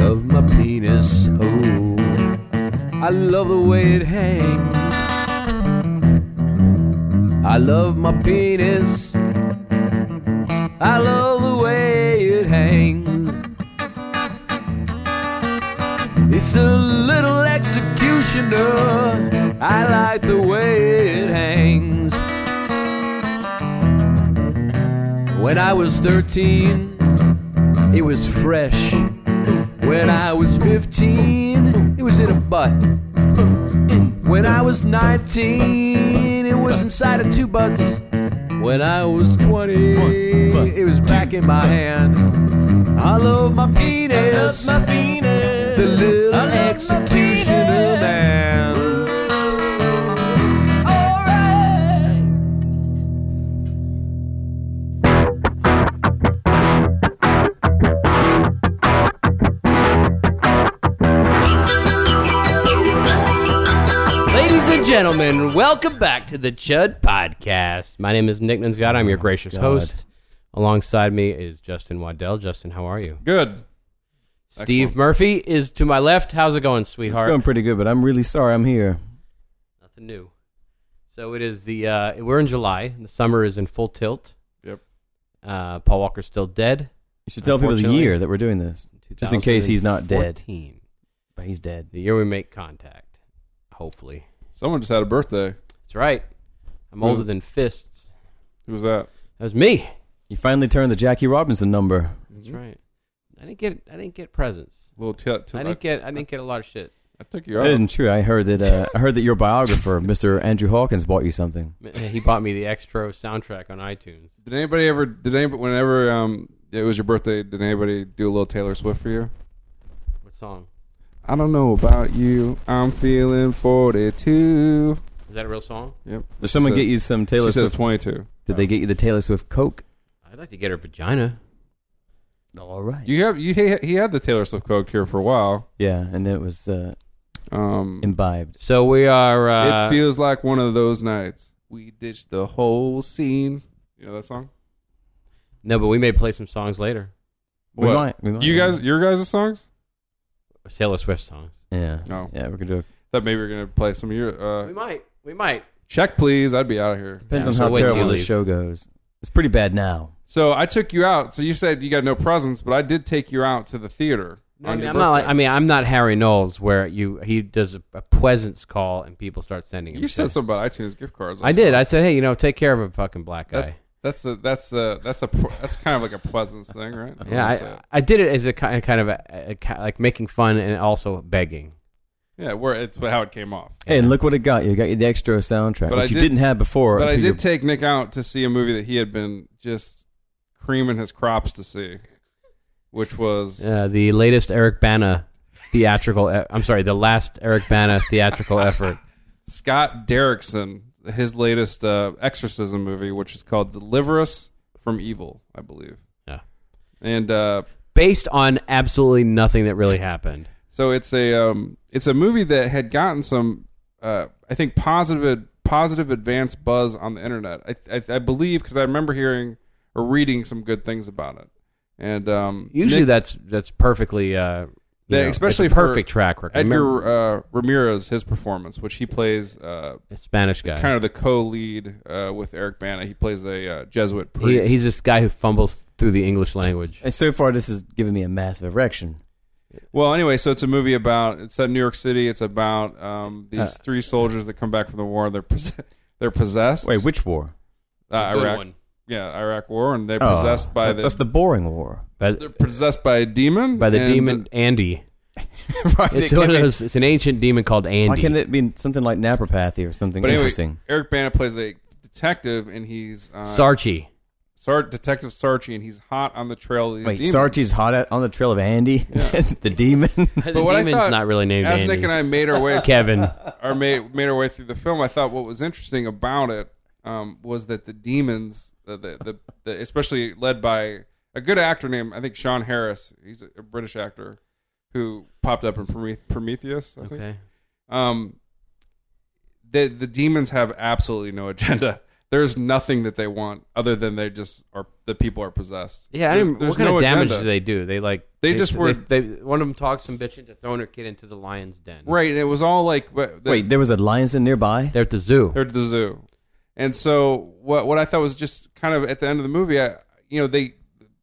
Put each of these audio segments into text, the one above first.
of my penis. Oh, I love the way it hangs. I love my penis. I love the way it hangs. It's a little executioner. I like the way it hangs. When I was 13, it was fresh. When I was 15, it was in a butt. When I was 19, it was inside of two butts. When I was 20, it was back in my hand. I love my penis, My penis. the little I love my executioner man. Ladies and gentlemen, welcome back to the Chud Podcast. My name is Nick Nunziata. I'm Oh, your gracious host. Alongside me is Justin Waddell. Justin, how are you? Good. Steve Murphy is to my left. How's it going, It's sweetheart? going pretty good, but I'm really sorry I'm here. Nothing new. So it is the uh, we're in July. The summer is in full tilt. Yep. Uh, Paul Walker's still dead. You should tell people the Unfortunately. year that we're doing this. Just in case he's not dead. 2014, But he's dead. The year we make contact. Hopefully, Someone just had a birthday. that's right. I'm Who's- older than fists. Who was that? That was me. He finally turned the Jackie Robinson number. That's right. I didn't get I didn't get presents. Little tit. I didn't get I didn't get a lot of shit. I took you That out. isn't true. I heard that. Uh, I heard that your biographer, Mr. Andrew Hawkins, bought you something. He bought me the extra soundtrack on iTunes. Did anybody ever? Did anybody? Whenever um, it was your birthday, did anybody do a little Taylor Swift for you? What song? I don't know about you. I'm feeling 42. Is that a real song? Yep. Did someone She get you some said- Taylor She says Swift? 22. Did they get you the Taylor Swift Coke? I'd like to get her vagina. All right. You have you he, he had the Taylor Swift Coke here for a while. Yeah, and it was uh, Um, imbibed. So we are uh, it feels like one of those nights we ditched the whole scene. You know that song? No, but we may play some songs later. We might. We might. You guys, your guys' songs? Taylor Swift songs. Yeah. No. Yeah, we could do. It. That maybe we're gonna play some of your. Uh, might. We might. check, please. I'd be out of here. Depends Yeah, on so how wait till you terrible the leave. show goes. It's pretty bad now. So I took you out. So you said you got no presents, but I did take you out to the theater. I on mean, your I'm not like, birthday. I mean, I'm not Harry Knowles where you he does a, a presence call and people start sending him. you said shit. something about iTunes gift cards. I did. I said, hey, you know, take care of a fucking black That- guy. That's a that's a that's a pr- that's kind of like a pleasant thing, right? yeah, That's it. I, I did it as a kind kind of a, a, ki- like making fun and also begging. yeah. Where it's how it came off. Hey, and look what it got you. It got you the extra soundtrack, But I which you did- didn't have before. But I until your did take Nick out to see a movie that he had been just creaming his crops to see, which was Uh, the latest Eric Bana theatrical. e- I'm sorry, the last Eric Bana theatrical effort. Scott Derrickson, his latest uh, exorcism movie, which is called "Deliver Us from Evil," I believe. Yeah. And uh, based on absolutely nothing that really happened. So it's a um, it's a movie that had gotten some uh, I think positive positive advance buzz on the internet. I I, I believe because I remember hearing or reading some good things about it. And um, Usually, Nick- that's that's perfectly, uh, you Yeah, know, especially it's a perfect for track record. Remember, Edgar uh, Ramirez his performance, which he plays uh, a Spanish guy. kind of the co-lead uh, with Eric Bana. He plays a uh, Jesuit he, priest. he's this guy who fumbles through the English language. And so far, this has given me a massive erection. Well, anyway, so it's a movie about it's set in New York City. It's about um, these Uh, three soldiers that come back from the war. They're pos- they're possessed. Wait, which war? uh, Good Iraq? one. Yeah, Iraq War, and they're Oh, possessed by that- the, That's the boring war. But- they're possessed by a demon. by the and- demon Andy. right. It's it one of can't be- those. It's an ancient demon called Andy. Why can't it be something like napropathy or something But anyway, interesting? Eric Bana plays a detective, and he's uh, Sarchi. Sar- Detective Sarchi, and he's hot on the trail of these Wait, demons. Sarchi's hot at, on the trail of Andy, the demon. the what I demon's thought, not really named As Andy. Nick and I made our way Kevin. or made made our way through the film, I thought what was interesting about it um, was that the demons, uh, the, the the especially led by a good actor named I think Sean Harris, he's a, a British actor who popped up in Promethe- Prometheus. I think. Okay. Um, the the demons have absolutely no agenda. there's nothing that they want other than they just are the people are possessed. Yeah, I There- mean, there's what kind no of damage agenda. do they do? They like They just were- They, one of them talks some bitch into throwing her kid into the lion's den. Right, and it was all like but the- Wait, there was a lion's den nearby. They're at the zoo. they're at the zoo, and so what? What I thought was just kind of at the end of the movie, I, you know, they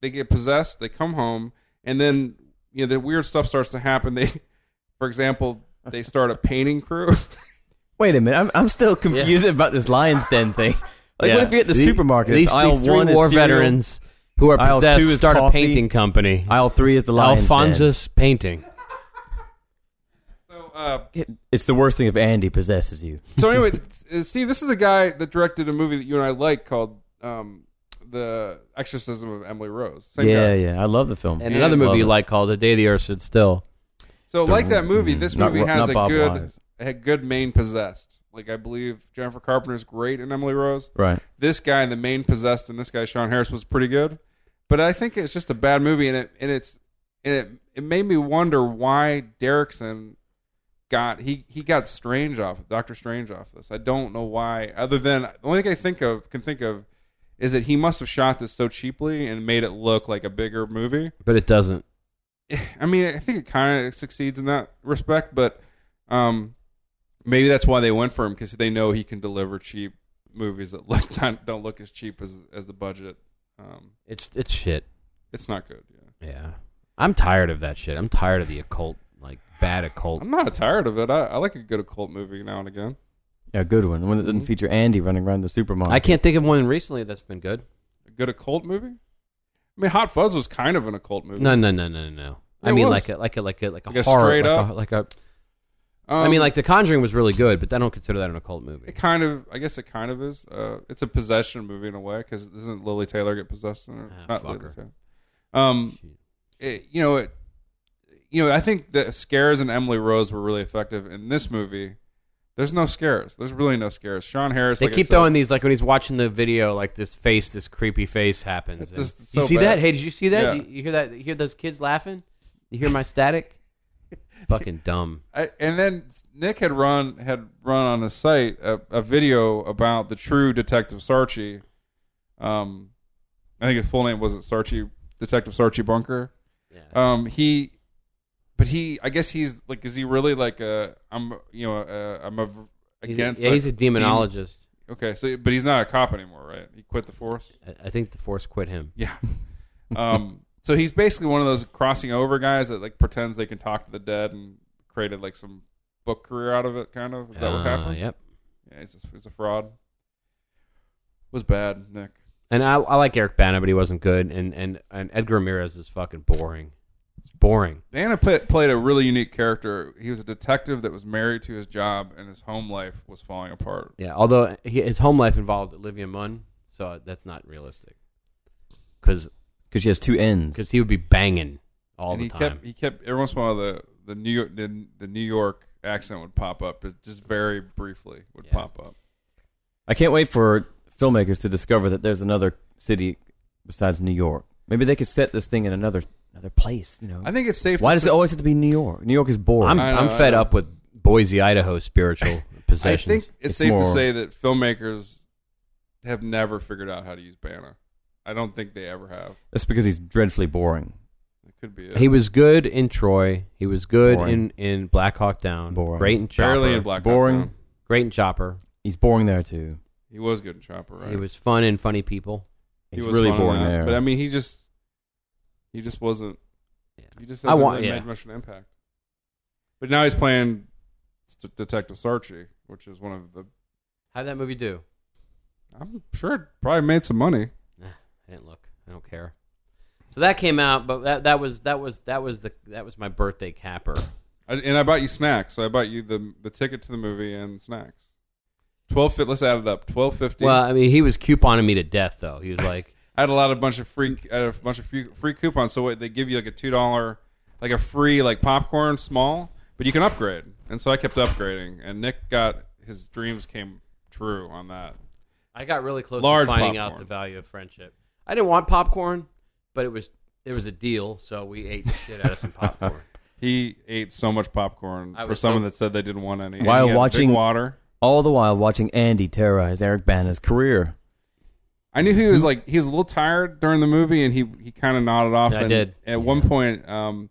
they get possessed, they come home, and then you know the weird stuff starts to happen. They, for example, they start a painting crew. Wait a minute, I'm, I'm still confused about this lion's den thing. Like, Yeah. what if you get the These- supermarket? These, it's aisle these three one is war cereal, veterans who are Aisle two possessed is start a coffee. painting company. Aisle three is the lion's den. Alphonsus painting. so, uh, It's the worst thing if Andy possesses you. so anyway, uh, Steve, this is a guy that directed a movie that you and I like called um, "The Exorcism of Emily Rose." Same yeah, guy. yeah, I love the film. And another Love movie you it. like called The Day the Earth Stood Still. So, like that movie, this Mm-hmm. Not movie Ro- has not a Bob good Wise. a good main possessed. Like I believe Jennifer Carpenter's great in Emily Rose. right? This guy, the main possessed, and this guy Sean Harris was pretty good. But I think it's just a bad movie, and it and it's and it it made me wonder why Derrickson got he he got Strange off Doctor Strange off this. I don't know why. Other than the only thing I think of can think of is that he must have shot this so cheaply and made it look like a bigger movie. But it doesn't. I mean, I think it kind of succeeds in that respect, but um, maybe that's why they went for him because they know he can deliver cheap movies that look not, don't look as cheap as as the budget. Um, It's it's shit. it's not good. Yeah, Yeah. I'm tired of that shit. I'm tired of the occult, like bad occult. I'm not tired of it. I, I like a good occult movie now and again. Yeah, a good one. The one that doesn't feature Andy running around the supermarket. Mm-hmm. I can't think of one recently that's been good. A good occult movie. I mean, Hot Fuzz was kind of an occult movie. No, no, no, no, no, no. I It mean, was. like a like a like a like a Like a horror, straight like up- a, like a. Um, I mean, like The Conjuring was really good, but I don't consider that an occult movie. it kind of. I guess it kind of is. Uh, it's a possession movie in a way because doesn't Lily Taylor get possessed? In it? Ah, Not fuck Lily her. Taylor. Um, Shit. it, you know, it, you know, I think the scares and Emily Rose were really effective in this movie. There's no scares. There's really no scares. Sean Harris. They like I keep said- throwing these like when he's watching the video, like this face, this creepy face happens. It's and- just you so see that? bad. Hey, did you see that? Yeah. You, you hear that? You hear those kids laughing? You hear my static? Fucking dumb. I, and then Nick had run had run on his site a, a video about the true Detective Sarchi. Um, I think his full name wasn't Sarchi Detective Sarchi Bunker. Yeah. Um, he, but he, I guess he's like, is he really like a? I'm, you know, i I'm a, He's- against. yeah, that he's a demonologist. Okay, so but he's not a cop anymore, right? He quit the force. I, I think the force quit him. Yeah. Um. so he's basically one of those crossing over guys that like pretends they can talk to the dead and created like some book career out of it. Kind of is that what's Uh, happening? Yep. Yeah. He's a, he's a fraud. Was bad, Nick. And I, I like Eric Bana, but he wasn't good. And and and Edgar Ramirez is fucking boring. It's boring. Anna Pitt played a really unique character. He was a detective that was married to his job, and his home life was falling apart. Yeah, although he, his home life involved Olivia Munn, so that's not realistic. Because because she has two ends. he would be banging all and the he time. kept he kept every once in a while the the New York the, the New York accent would pop up, but just very briefly would Yeah. pop up. I can't wait for filmmakers to discover that there's another city besides New York. Maybe they could set this thing in another another place. You know, I think it's safe. why to does say- it always have to be New York? New York is boring. I'm, I know, I'm I fed know. up with Boise, Idaho spiritual I possessions. think it's, It's safe to more- say that filmmakers have never figured out how to use Banner. I don't think they ever have. That's because he's dreadfully boring. It could be it. he was good in Troy. He was good Boring. in, in Black Hawk Down. Boring. Great in Chopper. barely in Black Hawk Boring. Down. Great in Chopper. He's boring there too. He was good in Chopper, right? He was fun and funny people. He He's was really fun in boring that. there. But I mean, he just he just wasn't. Yeah. He just I hasn't want- really yeah. made much of an impact. But now he's playing S- Detective Sarchi, which is one of the. How'd that movie do? I'm sure it probably made some money. I didn't look. I don't care. So that came out, but that, that was that was that was the that was my birthday capper. I, and I bought you snacks, so I bought you the the ticket to the movie and snacks. Twelve fifty. Let's add it up. Twelve fifty. Well, I mean, he was couponing me to death, though. He was like, I had a lot of bunch of free, I had a bunch of free, free coupons. So what, they give you like a two dollar, like a free like popcorn small, but you can upgrade. And so I kept upgrading, and Nick got his dreams came true on that. I got really close Large to finding out popcorn. the value of friendship. I didn't want popcorn, but it was there was a deal, so we ate the shit out of some popcorn. He ate so much popcorn I for was someone so- that said they didn't want any. And While he had a big watching- water, All the while watching Andy terrorize Eric Bana's career. I knew he Hmm? was like he was a little tired during the movie, and he he kind of nodded off. Yeah, I and did. At one point, um,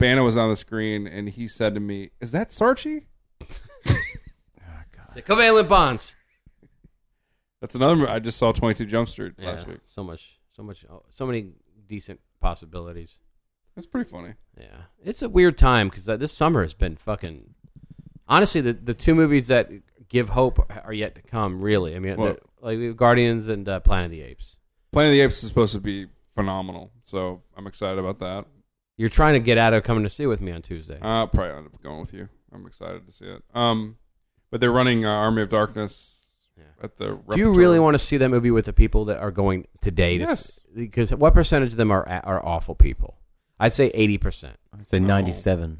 Bana was on the screen, and he said to me, "Is that Sarchi?" Ah, It's the covalent bonds. That's another. mo- I just saw Twenty Two Jump Street Yeah, last week. so much, so much, oh, so many decent possibilities. That's pretty funny. Yeah, it's a weird time because this summer has been fucking. Honestly, the the two movies that give hope are yet to come. Really, I mean, the, What? like Guardians and uh, Planet of the Apes. Planet of the Apes is supposed to be phenomenal, so I'm excited about that. You're trying to get out of coming to see with me on Tuesday. I'll probably end up going with you. I'm excited to see it. Um, but they're running uh, Army of Darkness Yeah. at the. Do you really want to see that movie with the people that are going today? To Yes. Because what percentage of them are are awful people? I'd say eighty percent. I'd say No. 97.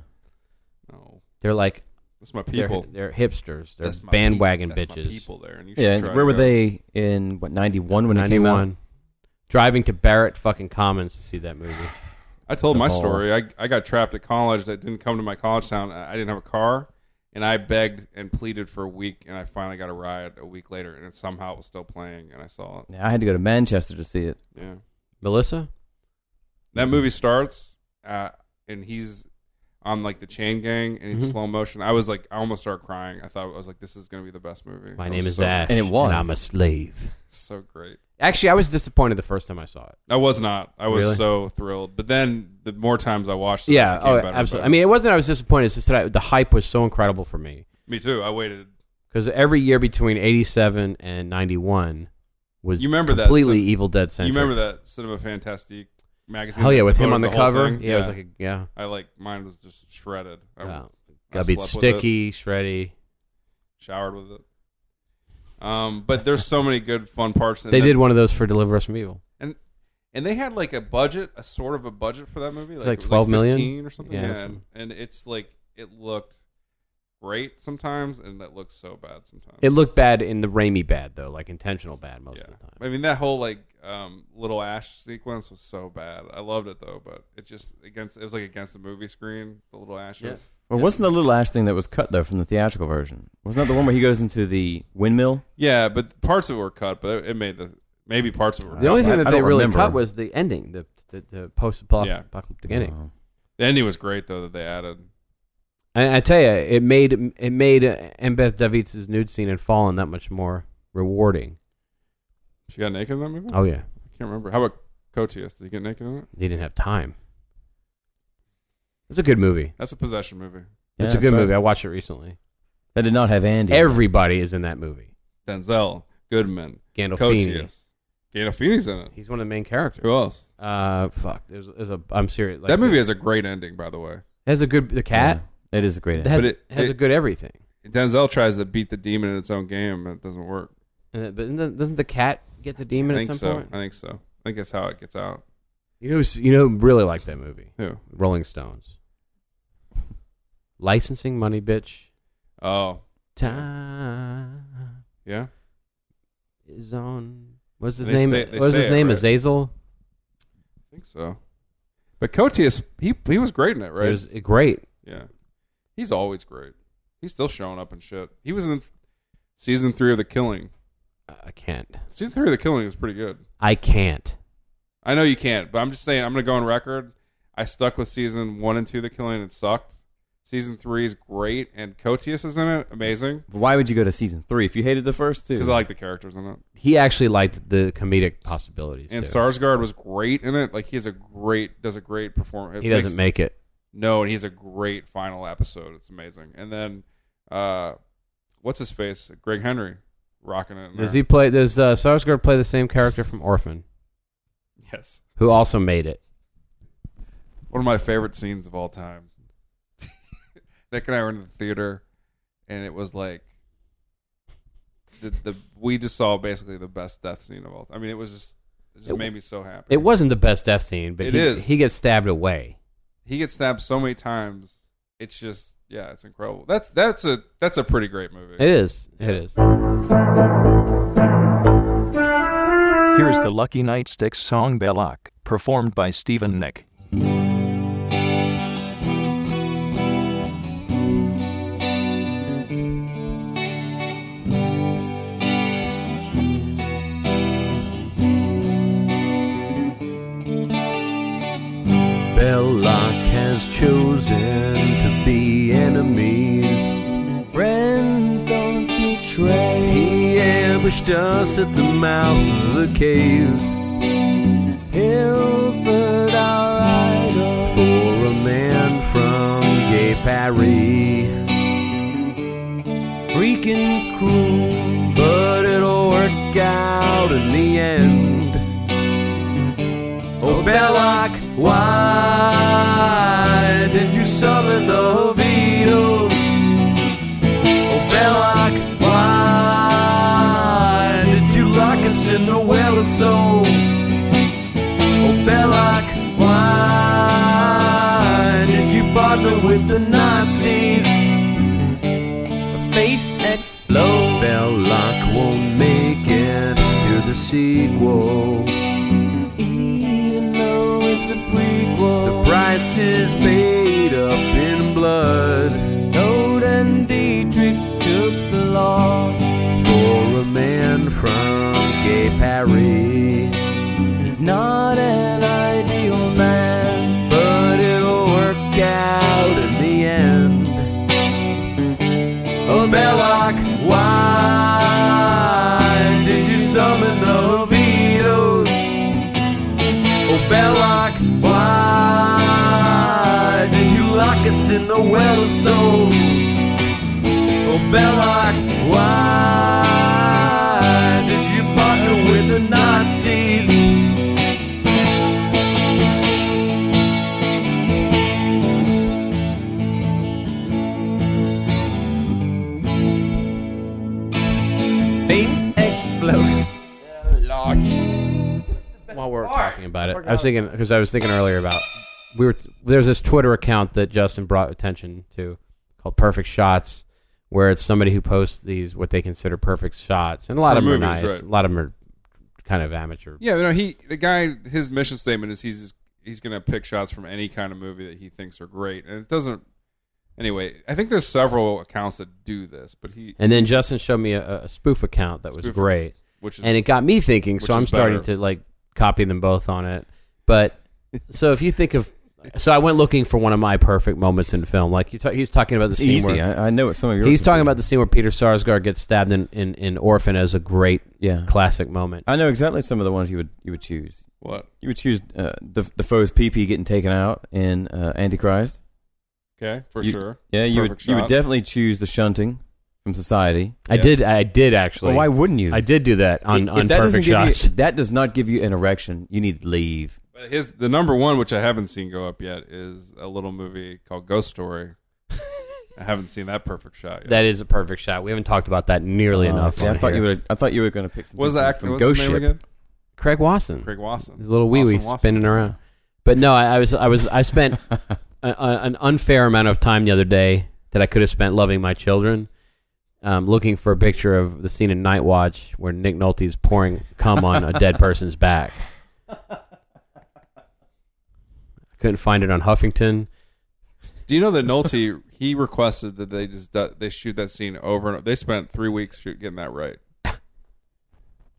No, They're like that's my they're, people. they're hipsters. They're That's my bandwagon peop- that's my bitches. people there, and you should Yeah, and try where to were go. they in what 91 when it came out? 91. Driving to Barrett fucking Commons to see that movie. I told The my ball. story. I, I got trapped at college. I didn't come to my college town. I I didn't have a car, and I begged and pleaded for a week, and I finally got a ride a week later, and it somehow was still playing, and I saw it. Yeah, I had to go to Manchester to see it. Yeah, Melissa? that movie starts, uh, and he's on like the chain gang, and it's Mhm. slow motion. I was like, I almost started crying. I thought I was like, this is gonna be the best movie. My It name was is so, Ash. And it was. I'm a slave. So great. Actually, I was disappointed the first time I saw it. I was not. I was Really? so thrilled. But then the more times I watched, it, Yeah, it became oh, better and absolutely. better. I mean, it wasn't I was disappointed. It's just that I, the hype was so incredible for me. me too. I waited Because every year between 87 and 91 was You remember that, completely so- Evil Dead centric. You remember that Cinema Fantastique magazine? Hell yeah, that with him devoted on the, whole cover. thing? Yeah, it was like a, yeah. I like mine was just shredded. I Uh, I got beat slept with sticky, shreddy. showered with it. Um, but there's so many good fun parts. In They that- did one of those for Deliver Us from Evil. and they had like a budget, a sort of a budget for that movie, like, like it was 12 million? 15 or something. Yeah, Yeah, that's- and, and it's like it looked great sometimes, and that looks so bad sometimes. It looked bad in the Raimi bad though, like intentional bad most yeah. of the time. I mean that whole like um, little Ash sequence was so bad. I loved it though, but it just against it was like against the movie screen. The little ashes. Yeah. Well, Yeah. wasn't the little Ash thing that was cut though from the theatrical version? Wasn't that the one where he goes into the windmill? Yeah, but parts of it were cut, but it made the maybe parts of it. Were The only I- thing that I they don't really remember. cut was the ending, the the, the post apocalyptic ending. Oh. the ending was great though that they added. And I tell you, it made it made M. Beth Davids' nude scene in Fallen that much more rewarding. She got naked in that movie. Oh yeah, I can't remember. How about Cotius? Did he get naked in it? they didn't have time. It's a good movie. That's a possession movie. It's Yeah, a good so- movie. I watched it recently. That did not have Andy. Everybody is in that movie. Denzel Goodman, Gandolfini. Cotius, Gandolfini's in it. He's one of the main characters. Who else? Uh, fuck. There's, there's a. I'm serious. Like, that movie has a great ending, by the way. has a good the cat. Yeah, it is a great It ending. has, But it- has it- a good everything. Denzel tries to beat the demon in its own game, and it doesn't work. And it- but isn't the- doesn't the cat get the demon I at some think so. point? I think so. I think that's how it gets out. You know, who's- you know, who really like that movie, Who? Rolling Stones. Licensing money, bitch. Oh, Time yeah. is on. What's his They name? say- they What's say his it name? right. Azazel. I think so. But Cotius, he he was great in it, It right? was great. Yeah. He's always great. He's still showing up and shit. He was in season three of The Killing. Uh, I can't. Season three of The Killing is pretty good. I can't. I know you can't, but I'm just saying, I'm going to go on record. I stuck with season one and two of The Killing and it sucked. Season three is great, and Cotius is in it. Amazing. But Why would you go to season three if you hated the first two? Because I like the characters in it. He actually liked the comedic possibilities. And too. Sarsgaard was great in it. Like, he has a great, does a great performance. he doesn't make it. No, and he's a great final episode. It's amazing. And then, uh, what's his face? Greg Henry rocking it. in Does there. he play? Does uh, Sarsgaard play the same character from Orphan, Yes. who also made it? one of my favorite scenes of all time. Nick and I were in the theater, and it was like the the we just saw basically the best death scene of all. time. I mean, it was just it just It- made me so happy. It wasn't the best death scene, but It he, is. he gets stabbed away. he gets stabbed so many times. It's just yeah, it's incredible. That's that's a that's a pretty great movie. It is. It is. Here's the Lucky Nightsticks song Belloc, performed by Stephen Nick. Belloc has chosen to be enemies. Friends don't betray. He ambushed us at the mouth of the cave. Pilfered our idol for a man from Gay Paris. Freaking cruel, but it'll work out in the end. Oh, Belloc, why did you summon the Vetoes? Oh, Belloc, why did you lock us in the well of souls? Oh, Belloc, why did you partner with the Nazis? A face explode. Belloc won't make it to the sequel. Even though it's a prequel, the price is paid up in blood. Toad and Dietrich took the loss for a man from Gay Paris. He's not an ideal man, but it'll work out in the end. Oh, Belloc, why did you summon the Vetoes? Oh, Belloc, why did you lock us in the well of souls? Oh, Belloc, why did you partner with the Nazis? Face explode. while we're talking about it, I was thinking because I was thinking earlier about we were there's this Twitter account that Justin brought attention to called Perfect Shots, where it's somebody who posts these what they consider perfect shots, and a lot For of them movies, are nice, right. a lot of them are kind of amateur. Yeah, no, he the guy. His mission statement is he's he's gonna pick shots from any kind of movie that he thinks are great, and it doesn't. Anyway, I think there's several accounts that do this, but he And then Justin showed me a, a spoof account that was Spoof great, which is and it got me thinking. So Which I'm is starting better. to like copy them both on it. But so if you think of, so I went looking for one of my perfect moments in film. Like you, ta- he's talking about the It's scene easy. where I, I know what some of yours. he's would talking be. about the scene where Peter Sarsgaard gets stabbed in, in, in Orphan as a great Yeah, classic moment. I know exactly some of the ones you would you would choose. what You would choose uh, the Defoe's PP getting taken out in uh, Antichrist. okay for You- sure. Yeah, you would Perfect you would shot. definitely choose the shunting from society. I did. Yes. I did actually. Well, why wouldn't you? I did do that on, If on that doesn't perfect give you- shots. that does not give you an erection. You need to leave. But his the number one, which I haven't seen go up yet, is a little movie called Ghost Story. I haven't seen that perfect shot yet. that is a perfect shot. We haven't talked about that nearly Uh, enough. see, on I thought here. you were. I thought you were going to pick something what was the from- actor? from What's his Ghost name Ship. again? Craig Wasson. Craig Wasson. His little wee wee Wasson, Wasson. spinning around. But no, I, I was I was I spent a, a, an unfair amount of time the other day that I could have spent loving my children, um, looking for a picture of the scene in Night Watch where Nick Nolte's pouring cum on a dead person's back. I couldn't find it on Huffington. Do you know that Nolte? he requested that they just do- they shoot that scene over and over. They spent three weeks shoot, getting that right.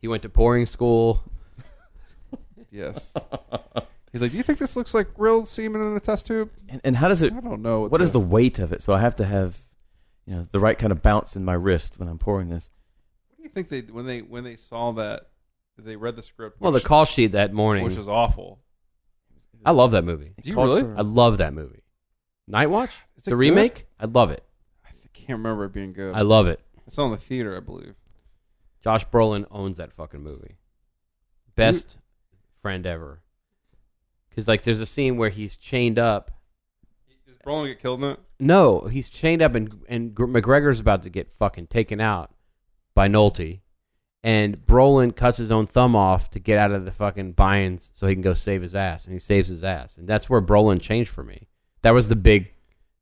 He went to pouring school. Yes. He's like, do you think this looks like real semen in a test tube? And, and how does it? I don't know. What is the weight of it? So I have to have, you know, the right kind of bounce in my wrist when I'm pouring this. What do you think they when they when they saw that they read the script? Well, the which, call sheet that morning. which was awful. I love that movie. Do you really? I love that movie. Night Watch, Is it the good? remake. I love it. I th- can't remember it being good. I love it. it's on the theater, I believe. Josh Brolin owns that fucking movie. Best Mm. friend ever. Because like, there's a scene where he's chained up. Does Brolin get killed in it? No, he's chained up, and and Gr- McGregor's about to get fucking taken out by Nolte, and Brolin cuts his own thumb off to get out of the fucking binds so he can go save his ass, and he saves his ass, and that's where Brolin changed for me. That was the big.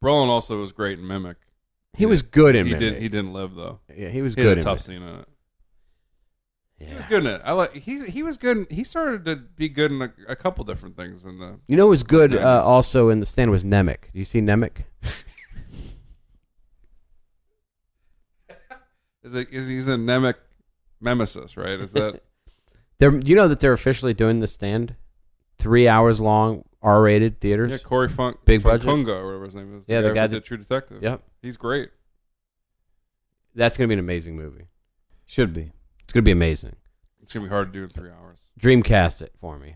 Brolin also was great in Mimic. He was good in He Mimic. did. He didn't live though. Yeah, he was He good. had a in tough it. scene in it. He was Yeah. good in it. I like. He he was good. In, he started to be good in a, a couple different things in the. You know, who was good Nice. uh, also in the stand was Nemec. Do you see Nemec? Is it is he's a Nemec Nemesis right? Is that They're, you know that they're officially doing the stand three hours long R-rated theaters. Yeah, Corey Funk, Big budget. Funkunga or whatever his name is. Yeah, the who guy did that- True Detective. Yep, he's great. that's gonna be an amazing movie. Should be. It's gonna be amazing. It's gonna be hard to do in three hours. Dreamcast it for me.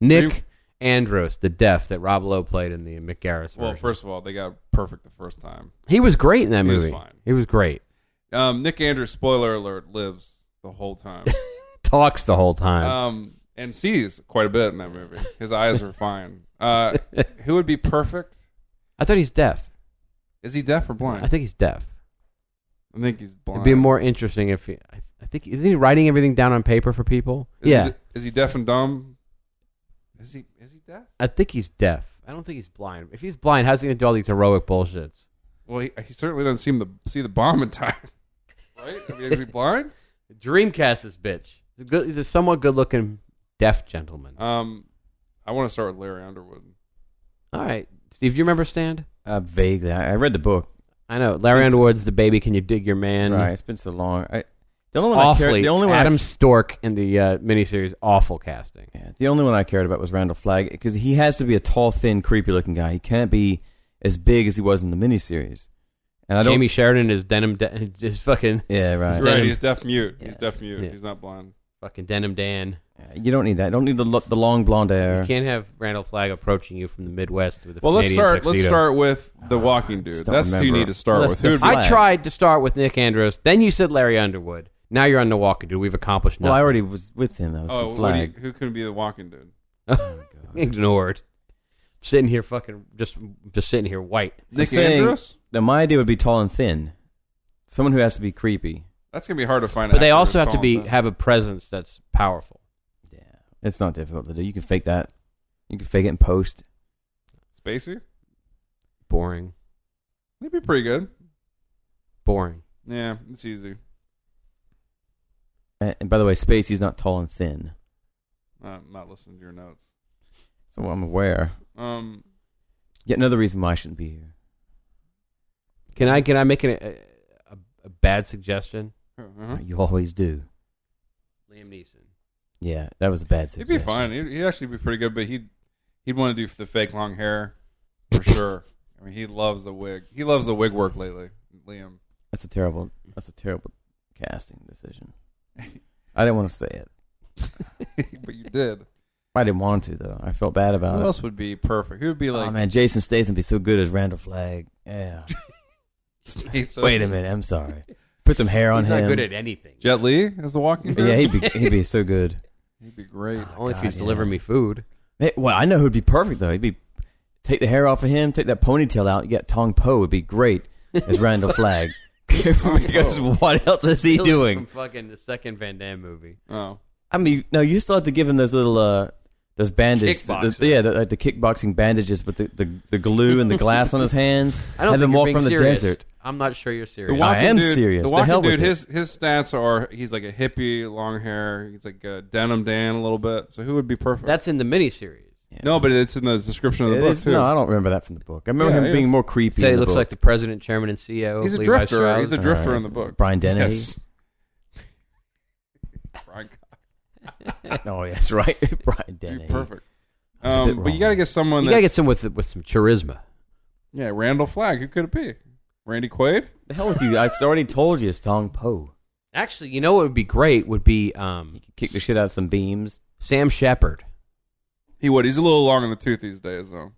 Nick Dream- Andros, the deaf that Rob Lowe played in the Mick Garris Well, version. first of all, they got perfect the first time. he was great in that He was movie. fine. He was great. Um, Nick Andrews, spoiler alert, lives the whole time. Talks the whole time. um, and sees quite a bit in that movie. His eyes are fine. Uh, who would be perfect? I thought he's deaf. Is he deaf or blind? I think he's deaf. I think he's blind. It'd be more interesting if he. I, I think isn't he writing everything down on paper for people? Is yeah, He, de- is he deaf and dumb? Is he? Is he deaf? I think he's deaf. I don't think he's blind. If he's blind, how's he gonna do all these heroic bullshits? Well, he, he certainly doesn't seem to see the bomb in time. Right? I mean, is he blind? Dreamcast this bitch. He's a, good, he's a somewhat good-looking deaf gentleman. Um, I want to start with Larry Underwood. all right, Steve, do you remember Stand? Uh, vaguely, I, I read the book. I know Larry He's- Underwood's the baby. Can you dig your man? right, it's been so long. I, the only one I Awfully, cared, the only one Adam I, Stork in the uh, miniseries, awful casting. yeah, the only one I cared about was Randall Flagg because he has to be a tall, thin, creepy-looking guy. He can't be as big as he was in the miniseries. And I don't. Jamie Sheridan is denim, de- his fucking yeah, right. He's right. Denim. He's deaf mute. He's Yeah. deaf mute. Yeah. He's not blind. fucking denim Dan. Yeah, You don't need that. You don't need the lo- the long blonde hair. You can't have Randall Flagg approaching you from the Midwest with a Well, let's Canadian start. Let's tuxedo. start with the Ah, Walking just Dude. don't That's who you remember. need to start Well, with. that's Who would the be, Flagg. I tried to start with Nick Andros. Then you said Larry Underwood. Now you're on the walking dude. We've accomplished nothing. Well, I already was with him. I was oh, with what do you- Flagg. who could be the Walking Dude? Oh Oh ignored. Sitting here, fucking just just sitting here, white. Nick saying- Andrews. Now, my idea would be tall and thin. Someone who has to be creepy. That's gonna be hard to find. But they actor also who's have to tall be and thin. have a presence that's powerful. Yeah. It's not difficult to do. You can fake that. You can fake it in post. Spacey. Boring, They'd be pretty good. boring. Yeah, it's easy. And, and by the way, Spacey's not tall and thin. Uh, I'm not listening to your notes. So I'm aware. Um, Yet another reason why I shouldn't be here. Can I can I make an, a, a a bad suggestion? uh-huh. You always do. Liam Neeson. Yeah, that was a bad he'd suggestion. be fine. He'd, he'd actually be pretty good, but he'd he'd want to do the fake long hair for sure. I mean, he loves the wig. He loves the wig work lately, Liam. That's a terrible. That's a terrible casting decision. I didn't want to say it. but you did. I didn't want to though. I felt bad about Who it. else would be perfect? Who would be like? oh man, Jason Statham be so good as Randall Flagg. Yeah. Statham? Wait a minute. I'm sorry. Put some hair on He's him. not good at anything. Jet Li is the Walking Dead. Yeah, he'd be he'd be so good. he'd be great. Ah, Only if God, he's yeah. delivering me food. Hey, well, I know who'd be perfect though. He'd be take the hair off of him, take that ponytail out. You got Tong Po would be great as Randall Flagg. because what else is he Still From doing? fucking the second Van Damme movie. Oh, I mean, no, you still have to give him those little uh, those bandages. Kickboxing. yeah, the, like the kickboxing bandages with the, the, the glue and the glass on his hands. I don't have think him you're walk being from the serious. desert. I'm not sure you're serious. The wa- I am dude, serious. The The Walking hell with Dude, it. his his stats are he's like a hippie, long hair. He's like a denim Dan a little bit. So who would be perfect? That's in the miniseries. no, but it's in the description of the It book is- too. no, I don't remember that from the book. I remember Yeah, him it being is. more creepy. Say in he the looks book. like the president, chairman, and CEO. of he's a Levi drifter. Strauss. He's a All drifter right, in the it's- it's book. Brian Dennehy. Yes. Brian Oh, yes, right, Brian Dude, Dennehy. perfect. I was a bit Um, but you wrong. got to get someone You that gotta get some with with some charisma. yeah, Randall Flagg. Who could it be? Randy Quaid? The hell with you! I already told you it's Tong Po. Actually, you know what would be great would be He um, could kick the shit out of some beams. Sam Shepard. He would. He's a little long in the tooth these days, though.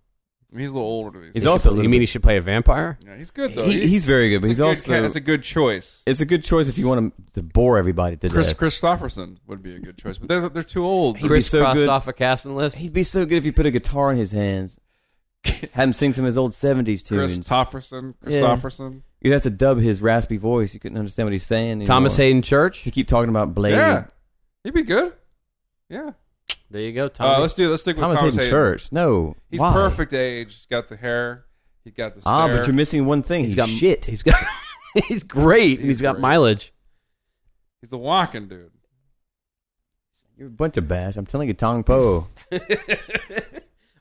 I mean, he's a little older these He's days. also a You little mean bit- he should play a vampire? Yeah, he's good though. He- He- he's very good, but it's he's a good also ca- it's a good choice. it's a good choice if you want him to bore everybody to Chris death. Christopherson would be a good choice, but they're they're too old. He'd be Chris so crossed good. off a casting list. He'd be so good if you put a guitar in his hands, had him sing some of his old seventies tunes. Christopherson, Yeah. Christopherson. You'd have to dub his raspy voice. You couldn't understand what he's saying. Anymore. Thomas Hayden Church. He keep talking about Blade. Yeah, he'd be good. Yeah. There you go, Uh, Thomas. let's do. Let's stick with Thomas, Hayden, Church. No, He's why? perfect age. He's got the hair. He got the stare. Ah, but you're missing one thing. He's, he's got shit. He's got. he's great. He's he's got great. mileage. he's a walking dude. You're a bunch of bash. I'm telling you, Tong Po. All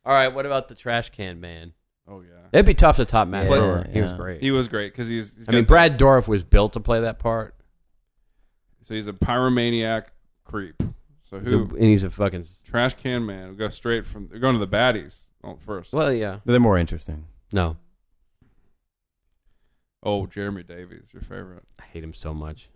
right. What about the trash can man? Oh yeah. It'd be tough to top Matt Yeah, Brewer. He was yeah. great. He was great because he's, he's. I mean, got- Brad Dorff was built to play that part. So he's a pyromaniac creep. So He's a- who? and he's a fucking. s- Trash can man. We go straight from. They're going to the baddies oh, first. Well, yeah. But they're more interesting. No, Oh, Jeremy Davies, your favorite. I hate him so much.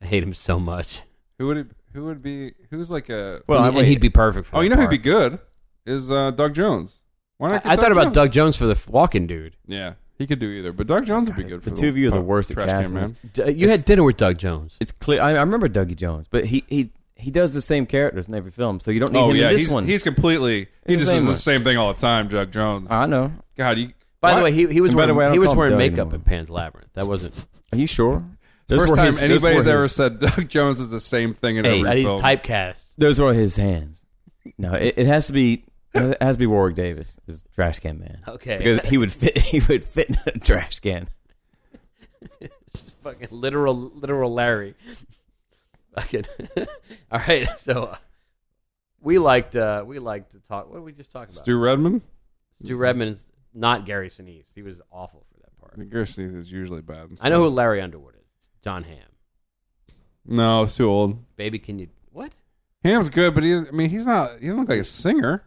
I hate him so much. Who would it, who would be? Who's like a? Well, and, I and wait. he'd be perfect for. oh, that you know who'd part. be good is uh, Doug Jones. Why I, not? get I thought about Doug Jones for the f- walking dude. Yeah, he could do either, but Doug Jones would be God, good. the for two of you are the punk worst at trash casting. Can man. D- You had dinner with Doug Jones. It's clear. I, I remember Dougie Jones, but he he he does the same characters in every film, so you don't need Oh him yeah, in this he's, one. he's completely. He It's the just does same the one. Uh, same thing all the time. Doug Jones. I know. God, you. By what? the way, he, he was And by the wearing, way, I don't he call was him wearing Doug makeup anymore. in Pan's Labyrinth. That wasn't. Are you sure? Those first were time his- those anybody's were ever his- said Doug Jones is the same thing in Hey, every He's film. typecast. Those were his hands. No, it, it has to be. It has to be Warwick Davis, is trash can man, Okay. because he would fit. He would fit in a trash can. fucking literal literal Larry. Fucking. All right, so uh, we liked uh, we liked to talk. What did we just talk about? Stu Redman. Stu Redman's not Gary Sinise. He was awful for that part. Gerson is usually bad. I know who Larry Underwood is. It's John Hamm. No, it's too old. Baby, can you what? Ham's good, but he. I mean, he's not. He doesn't look like a singer.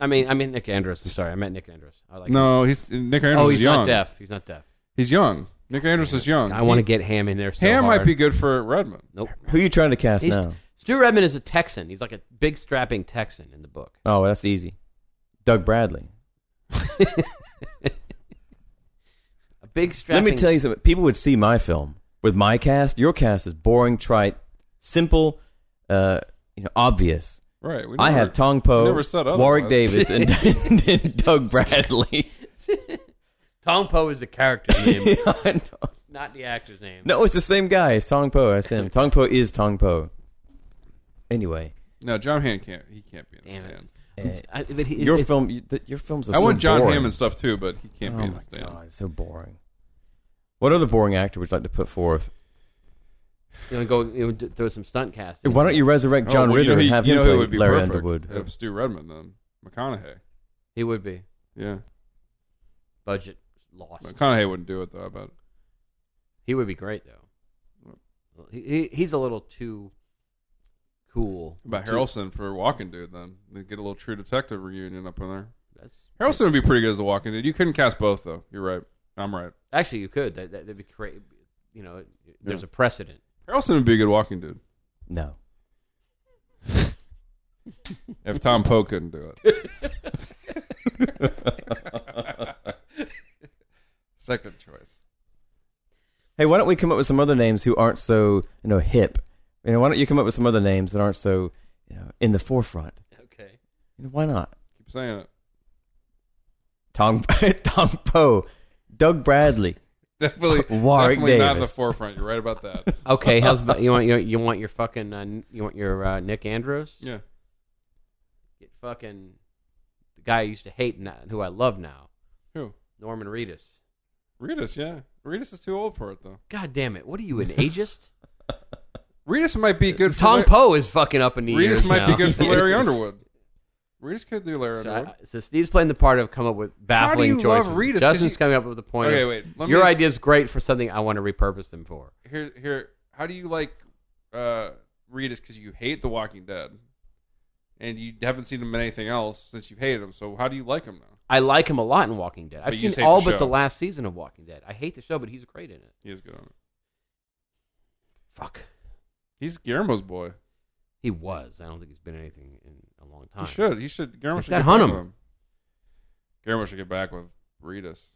I mean, I mean Nick Andrus. I'm sorry, I meant Nick Andrus. I like. no, he's Nick Andrews. oh, is he's young. not deaf. He's not deaf. He's young. Nick Andrews is young. I want to He- get Ham in there. So Ham might hard. be good for Redmond. Nope. Who are you trying to cast He's- now? Stu Redman is a Texan. He's like a big strapping Texan in the book. Oh, that's easy. Doug Bradley. A big strapping. Let me tell you something. People would see my film with my cast. Your cast is boring, trite, simple, uh, you know, obvious. Right. We I never- have Tong we Po, never said Warwick otherwise. Davis, and, and Doug Bradley. Tom Poe is the character's name, I know. not the actor's name. No, it's the same guy. It's Tong Po. That's him. Tong Po is Tong Po. Anyway, No, John Hamm can't. He can't be in the Damn it. stand. eh, I, but he, your it's- film, you, th- your films. Are I so want John boring. Hamm and stuff too, but he can't oh be in my the stand. god, it's so boring. What other boring actor would you like to put forth? You know, go you know, d- throw some stunt casting. Why don't you resurrect Oh, John well, you Ritter know, and he- have you him know play who would be Larry perfect? Underwood? If Stu Redmond, then McConaughey. He would be Yeah, budget lost. McConaughey wouldn't do it though. I bet. He would be great though. He, he he's a little too cool. About Too- Harrelson for Walking Dude, then they get a little True Detective reunion up in there. That's, Harrelson would be pretty good as a Walking Dude. You couldn't cast both though. You're right. I'm right. actually, you could. That, that, that'd be great. You know, there's Yeah. a precedent. Harrelson would be a good Walking Dude No. if Tom Poe couldn't do it. Second choice. Hey, why don't we come up with some other names who aren't so you know hip? You know, why don't you come up with some other names that aren't so you know in the forefront? Okay. You know, why not? Keep saying it. Tom Tom Poe, Doug Bradley. Definitely, Warwick definitely not in the Davis. forefront. You're right about that. Okay. How's about, you want your you want your fucking uh, n- you want your uh, Nick Andrews? Yeah. Get fucking the guy I used to hate and who I love now, Who? Norman Reedus. Reedus, yeah. Reedus is too old for it though. God damn it! What are you an ageist? Reedus might be good for Tom La- Poe is fucking up in the years Reedus might now. be good for Larry Underwood. Reedus could do Larry So, Underwood. I- so Steve's playing the part of come up with baffling you love choices. Reedus? 'Cause Justin's you- coming up with the point. Okay, of, wait, let me Your just- idea is great for something I want to repurpose them for. Here here how do you like uh Reedus cuz you hate The Walking Dead and you haven't seen him in anything else since you hated him. So how do you like him now? I like him a lot in Walking Dead. I've But you just seen hate all but the show. the last season of Walking Dead. I hate the show, but he's great in it. He is good on it. Fuck, He's Guillermo's boy. he was. I don't think he's been anything in a long time. He should. He should Guillermo He's should got get back Hunnam. with him. Guillermo should get back with Reedus.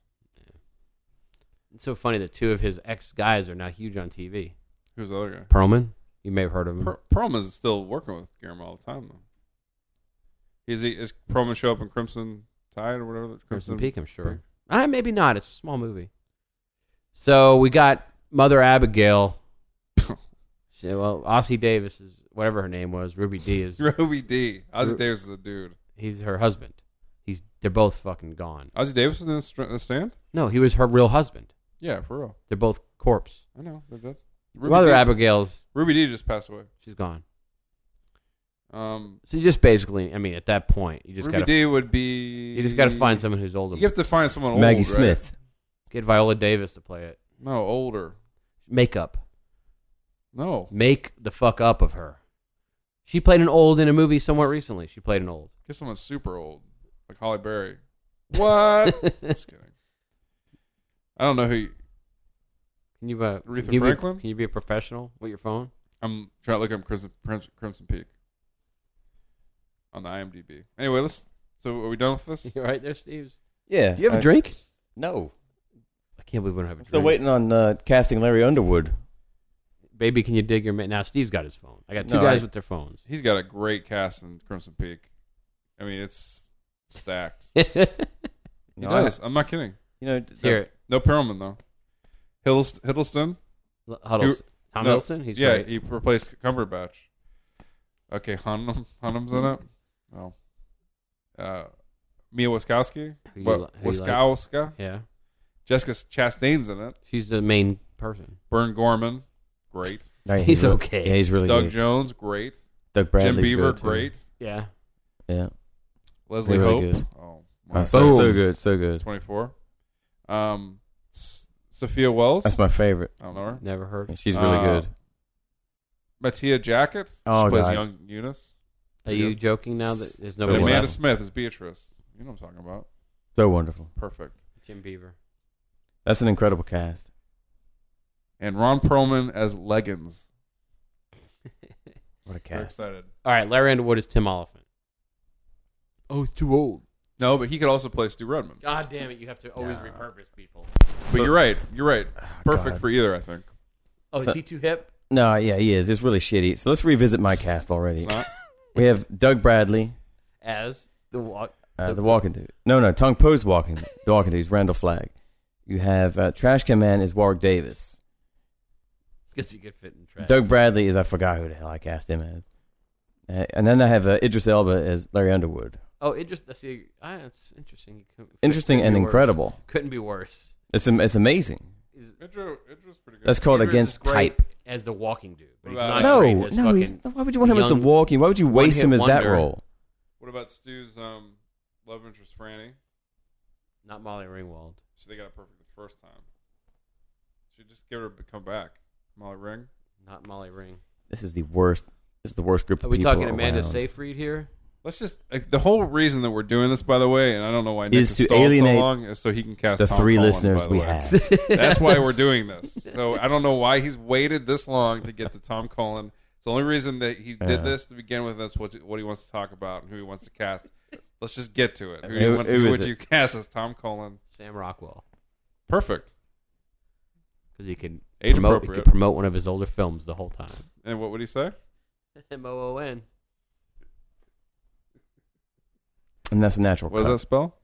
It's so funny that two of his ex guys are now huge on TV. Who's the other guy? Perlman, you may have heard of him. Per- Perlman is still working with Guillermo all the time, though. Is he is Perlman show up in Crimson Tide or whatever? the- Crimson Peak, I'm sure. Ah, maybe not. It's a small movie. So we got Mother Abigail. She- well, Ossie Davis is whatever her name was. Ruby D is Roby D. Ozzy Ru- Davis is a dude. he's her husband. He's they're both fucking gone. Ozzy Davis is in the str- the stand. No, he was her real husband. Yeah, for real. They're both corpse. I know they're dead. Mother D, Abigail's Ruby D just passed away. she's gone. Um, So you just basically, I mean, at that point, you just Ruby gotta D would be. you just gotta find someone who's older. You have to find someone. old, Maggie right? Smith. Get Viola Davis to play it. No, older. Make up, No, make the fuck up of her. She played an old in a movie somewhat recently. She played an old. Guess someone's super old, like Holly Berry. What? Just kidding. I don't know who. You, Can you, uh, Aretha can you be- Franklin? can you be a professional with your phone? I'm trying to look up Crimson, Crimson, Crimson Peak on the IMDb. Anyway, let's. So are we done with this? You're right there, Steve's. Yeah. Do you have I- a drink? No. I can't believe we don't have a I'm drink. still waiting on uh, casting Larry Underwood. Baby, can you dig your man? Now Steve's got his phone. I got two No, guys I- with their phones. He's got a great cast in Crimson Peak. I mean, it's stacked. He No, I- does. I'm not kidding. You know, Let's hear it. No Perelman though. Hiddlest- Hiddleston. L- Huddles. Tom no, Hiddleston? He's yeah, great. he replaced Cumberbatch. Okay, Hunnam, Hunnam's in it. Oh, uh, Mia Waskowski. Who you What- li- who you like? Waskowska. yeah. Jessica Chastain's in it. She's the main person. Bern Gorman, great. I hate He's him. okay. Yeah, he's really Doug good. Jones, great. Doug Bradley's Jim Beaver, good, too. great. Yeah. Yeah. Leslie Really Hope. good. Oh, Oh, so, Boom. so good. So good. 24. Um, S- Sophia Wells. That's my favorite. I don't know her. Never heard. She's really Uh, good. Mattia Jacket. Oh, she plays God. young Eunice. Are you joking now that there's and So nobody what? Amanda left? Smith is Beatrice. You know what I'm talking about. So wonderful. Perfect. Jim Beaver. That's an incredible cast. And Ron Perlman as Leggins. What a We're cast. excited. All right, Larry Underwood is Tim Oliphant. Oh, he's too old. No, but he could also play Stu Redman. God damn it! You have to always Nah. repurpose people. But So- Oh you're right. You're right. Perfect God. for either, I think. Oh, is So- he too hip? No, yeah, he is. It's really shitty. So let's revisit my cast It's already. not. We have Doug Bradley, As the walk. uh, The- the, Walking Dude. No, no, Tongue Poe's Walking. the Walking Dude is Randall Flagg. You have uh, Trash Can Man is Warwick Davis. Because you could fit in trash. Doug Bradley is I forgot who the hell I cast him as. Uh, and then I have uh, Idris Elba as Larry Underwood. Oh, interest. I see. Ah, it's interesting. You couldn't- Interesting couldn't and be worse. incredible. Couldn't be worse. It's am- it's amazing. Is- Idris, Idris pretty good. That's called Idris Against is great Type. as the walking dude, but he's Right. not No, great as no, he's, fucking- why would you want him as the young walking? Why would you waste one-hit him as that wonder. role? What about Stu's um, love interest, Franny? not Molly Ringwald. So they got it perfect the first time. Should just give her a come back. Molly Ring. Not Molly Ring. This is the worst. This is the worst group. Are of we people talking Amanda around. Seyfried here? Let's just like, the whole reason that we're doing this, by the way, and I don't know why Nick Is has to stalled so alienate long, is so he can cast The Tom three Holland, by listeners the we way. have. That's why we're doing this. So I don't know why he's waited this long to get to Tom Cullen. It's the only reason that he Yeah. did this to begin with. That's what what he wants to talk about and who he wants to cast. Let's just get to it. Who, do you Who- want, who who is would it? you cast as Tom Cullen? Sam Rockwell, Perfect. because he could Age promote. He appropriate. could promote one of his older films the whole time. And what would he say? M O O N. and that's a natural. What does that cut. spell?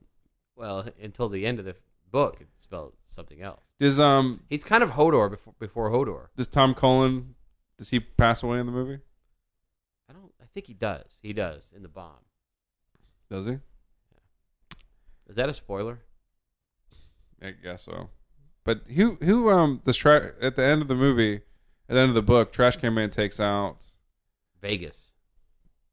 Well, until the end of the book, it spelled something else. Does um He's kind of Hodor before, before Hodor. does Tom Cullen does he pass away in the movie? I don't. I think he does. He does in the bomb. Does he? Is that a spoiler? I guess so. But who who um the tra- at the end of the movie, at the end of the book, Trash Can Man takes out, Vegas.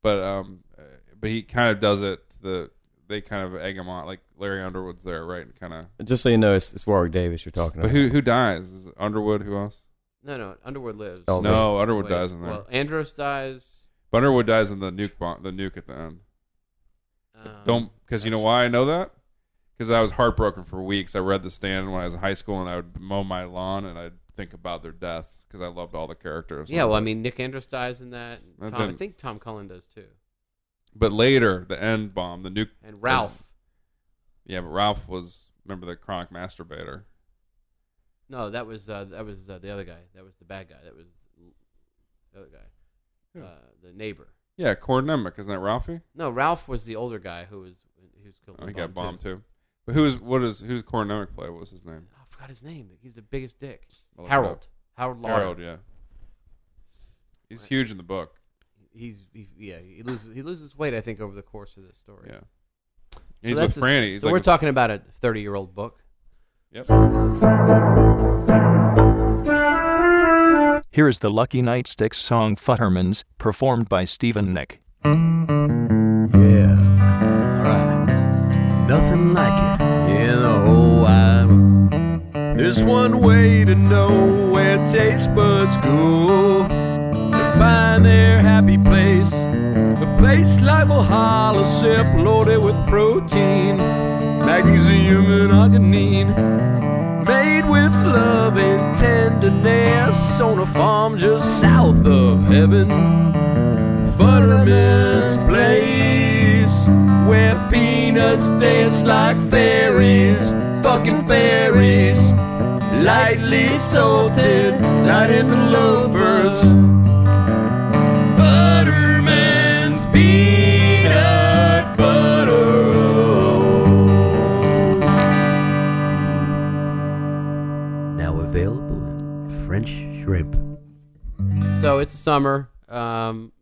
but um, uh, but he kind of does it. To the they kind of egg him on, like Larry Underwood's there, right? And kind of. Just so you know, it's, it's Warwick Davis you're talking But about. who who dies? Is it Underwood? Who else? No, no. Underwood lives. Oh, no, Wait, Underwood dies in there. Well, Andros dies. but Underwood dies in the nuke bomb, the nuke at the end. Um, Don't because you know why I know that. Because I was heartbroken for weeks. I read The Stand when I was in high school, and I would mow my lawn and I'd think about their deaths because I loved all the characters. Yeah, well, I mean, Nick Andros dies in that. and That Tom, I didn't- think Tom Cullen does too. But later, the end bomb, the nuke And Ralph. Yeah, but Ralph was remember the chronic masturbator. No, that was uh, that was uh, the other guy. That was the bad guy. That was the other guy. Who? Uh, the neighbor. Yeah, Cord Nemec, isn't that Ralphie? No, Ralph was the older guy who was who's killed. in Oh, the he got bomb, bombed too. But who is what is who's Cord Nemec play? What was his name? Oh, I forgot his name. He's the biggest dick. I'll look it Harold. Harold up. Lauder. Harold, yeah. He's huge in the book. He's he, yeah. He loses he loses weight. I think over the course of this story. Yeah. So he's that's with the- Franny. He's so like we're a- talking about a 30 year old book. Yep. Here is the Lucky Night Sticks song Futterman's, performed by Stephen Nick. Yeah. Alright. Nothing like it in the whole wide world. There's one way to know where taste buds go. To find their happy place. A place like Valhalla, loaded with protein, magnesium and arginine. Made with love and tenderness on a farm just south of heaven. Futterman's place where peanuts dance like fairies, fucking fairies. Lightly salted, lighting the lovers. Futterman's peanut butter. Now available in French shrimp. So it's summer. Um,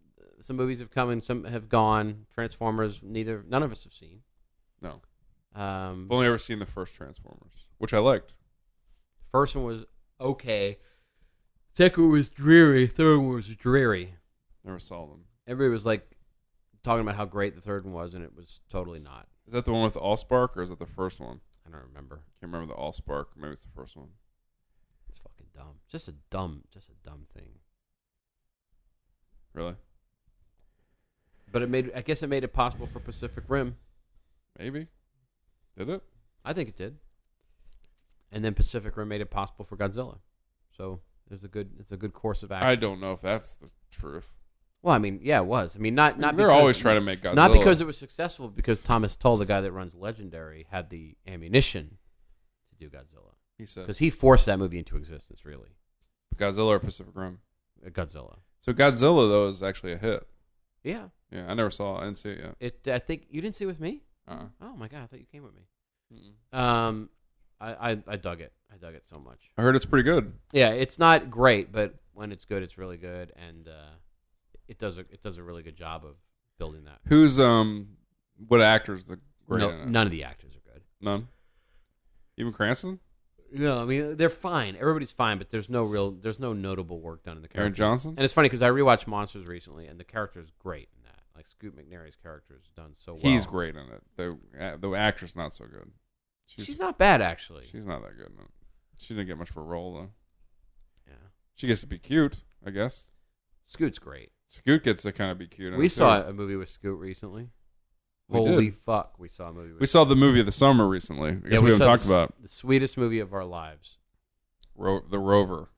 some movies have come and some have gone. Transformers, neither none of us have seen. No. Um, I've only ever seen the first Transformers, which I liked. First one was okay. Second one was dreary. Third one was dreary. Never saw them. Everybody was like talking about how great the third one was, and it was totally not. Is that the one with Allspark or is that the first one? I don't remember. Can't remember the Allspark. Maybe it's the first one. It's fucking dumb. Just a dumb, just a dumb thing. Really? But it made. I guess it made it possible for Pacific Rim. Maybe. Did it? I think it did. And then Pacific Rim made it possible for Godzilla. So there's a good. It's a good course of action. I don't know if that's the truth. Well, I mean, yeah, it was. I mean, not not. They're because, always trying to make Godzilla. Not because it was successful, because Thomas Tull, the guy that runs Legendary, had the ammunition to do Godzilla he said because he forced that movie into existence. Really, Godzilla or Pacific Rim. Uh, Godzilla. So Godzilla though is actually a hit. Yeah, Yeah, I never saw. it. I didn't see it yet. it. I think you didn't see it with me. Uh-uh. Oh my god, I thought you came with me. Mm-mm. Um, I, I I dug it. I dug it so much. I heard it's pretty good. Yeah, it's not great, but when it's good, it's really good, and uh, it does a it does a really good job of building that. Who's um? What actors the great? No- in it? none of the actors are good. None. Even Cranston, No, I mean they're fine. Everybody's fine, but there's no real, there's no notable work done in the Aaron characters. Johnson. And it's funny because I rewatched Monsters recently, and the character is great in that. Like Scoot McNairy's character is done so well. He's great in it. The uh, the actress not so good. She's, not bad actually. She's not that good in it. She didn't get much of a role though. yeah. She gets to be cute, I guess. Scoot's great. Scoot gets to kind of be cute. in we it, saw too. a movie with Scoot recently. We Holy did. fuck, we saw a movie. With We saw the movie of the summer recently. I guess Yeah, we, haven't saw talked the, s- about the sweetest movie of our lives. Ro- the Rover,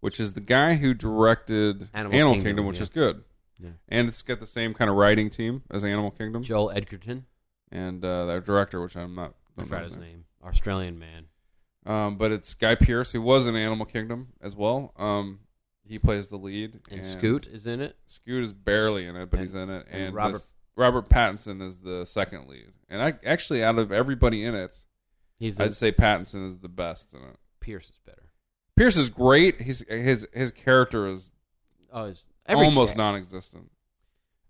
which is the guy who directed Animal Kingdom, Kingdom, which yeah. is good, Yeah. and it's got the same kind of writing team as Animal Kingdom, Joel Edgerton, and uh, their director, which I'm not. I don't know forgot his his name. name, Australian man. Um, but it's Guy Pierce, who was in Animal Kingdom as well. Um, he plays the lead, And, Scoot is in it. Scoot is barely in it, but And- he's in it. and And, Robert- this- Robert Pattinson is the second lead. And I actually, out of everybody in it, He's in, I'd say Pattinson is the best in it. Pierce is better. Pierce is great. His his his character is Oh, it's every almost ca- non-existent.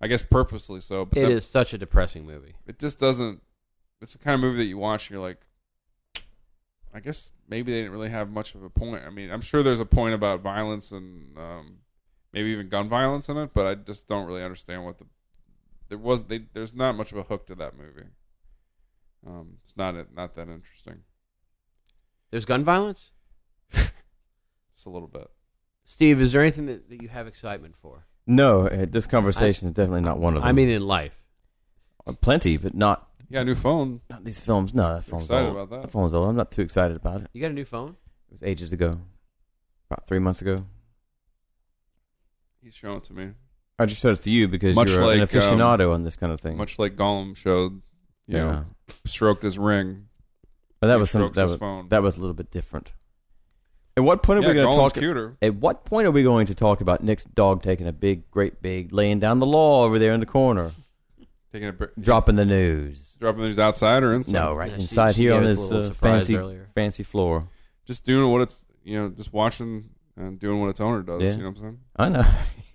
I guess purposely so, but It that- is such a depressing movie. it just doesn't. It's the kind of movie that you watch and you're like, I guess maybe they didn't really have much of a point. I mean, I'm sure there's a point about violence and um, maybe even gun violence in it, but I just don't really understand what the there was. They, there's not much of a hook to that movie. Um, it's not not that interesting. There's gun violence. Just a little bit. Steve, is there anything that, that you have excitement for? No, uh, this conversation is definitely not one of them. I mean, in life. Uh, plenty, but not Yeah, new phone. not these films. No, that phone's excited old. about that. phone's old. I'm not too excited about it. You got a new phone? It was ages ago, about three months ago. He's showing it to me, I just showed it to you because Much you're like, an um, aficionado on this kind of thing. much like Gollum showed. You know, stroked his ring. but that he was some, strokes that his was phone. that was a little bit different. At what point are yeah, we going to Gollum's talk? cuter. At what point are we going to talk about Nick's dog taking a big, great big, laying down the law over there in the corner, Taking a br- dropping the news? dropping these outside or inside. No, right Yeah, she- inside she here on gave us a this little uh, surprise fancy earlier. fancy floor. just doing what it's you know just watching and doing what its owner does Yeah. you know what i'm saying I know.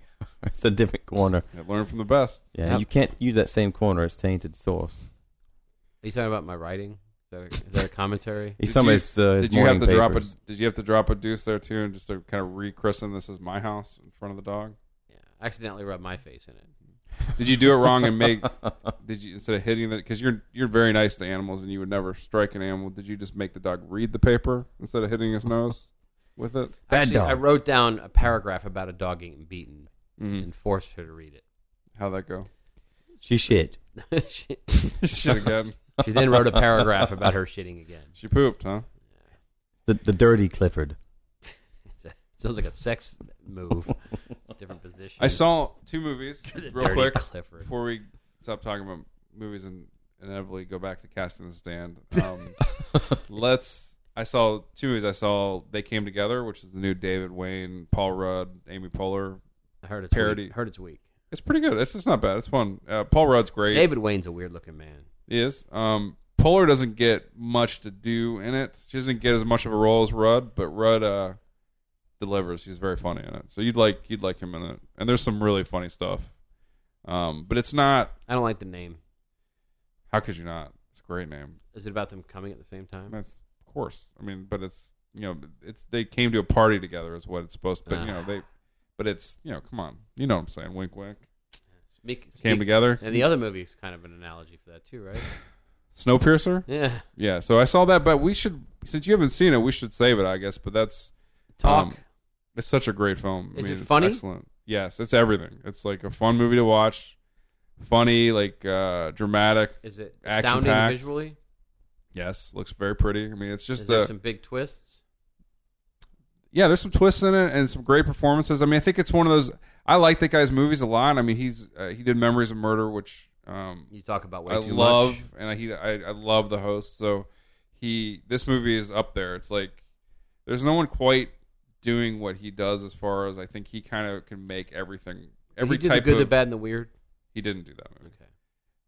it's a different corner. yeah, learn from the best Yeah, Yep. you can't use that same corner. It's tainted source. Are you talking about my writing? Is that a, is that a commentary? He's Did somebody's. uh, his did you have morning to drop a papers. did you have to drop a deuce there too and just to kind of rechristen this is my house in front of the dog Yeah, I accidentally rubbed my face in it. did you do it wrong and make did you instead of hitting that because you're you're very nice to animals and you would never strike an animal did you just make the dog read the paper instead of hitting his nose with it. Bad Actually, dog. I wrote down a paragraph about a dog getting beaten Hmm. Mm. and forced her to read How'd that go? She shit. it. she, Shit again. she then wrote a paragraph about her shitting again. She pooped, huh? The, the dirty Clifford. Sounds like a sex move. Different position. I saw two movies Dirty real quick Clifford. before we stop talking about movies and inevitably go back to casting the stand. Um, let's. I saw two movies. I saw They Came Together, which is the new David Wayne, Paul Rudd, Amy Poehler. I heard it's Parody. Weak. Heard it's weak. It's pretty good. It's just not bad. It's fun. Uh, Paul Rudd's great. David Wayne's a weird looking man. He is. Um, Poehler doesn't get much to do in it. She doesn't get as much of a role as Rudd, but Rudd uh, delivers. He's very funny in it. So you'd like you'd like him in it. And there's some really funny stuff. Um, but it's not. I don't like the name. How could you not? It's a great name. Is it about them coming at the same time? That's of course. I mean, but it's you know, it's they came to a party together is what it's supposed. to But you Ah. know they, but it's you know, come on, you know what I'm saying? Wink, wink. Speak, speak, Came together. And the other movie is kind of an analogy for that too, right? Snowpiercer. Yeah. Yeah. So I saw that, but we should since you haven't seen it, we should save it, I guess. But that's Talk. Um, it's such a great film. Is I mean, it it's funny? excellent. Yes, it's everything. It's like a fun movie to watch, funny, like uh dramatic. is it action astounding packed. visually? Yes, looks very pretty. I mean, it's just is a, there some big twists? yeah, there's some twists in it and some great performances. I mean, I think it's one of those. I like that guy's movies a lot. I mean, he's uh, he did Memories of Murder, which um, You talk about way I too love, much. and I, he I, I love the host. So he this movie is up there. It's like there's no one quite doing what he does as far as I think he kind of can make everything Did every he do type the good, of the bad, and the weird. he didn't do that movie, Okay.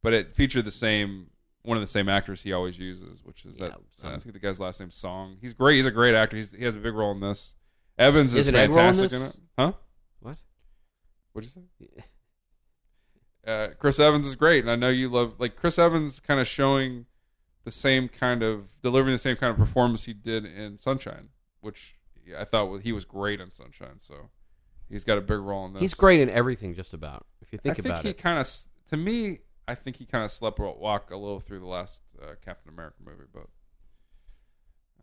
but it featured the same one of the same actors he always uses, which is Yeah, that uh, some- I think the guy's last name's Song. He's great. He's a great actor. He's, he has a big role in this. Evans is Is an egg roll in fantastic in, this? it, huh? What? What'd you say? Uh, Chris Evans is great, and I know you love like Chris Evans kind of showing the same kind of delivering the same kind of performance he did in Sunshine, which I thought was, he was great in Sunshine. So he's got a big role in this. He's great in everything, just about. If you think I think about he it, kind of, to me, I think he kind of slept wa- walk a little through the last uh, Captain America movie, but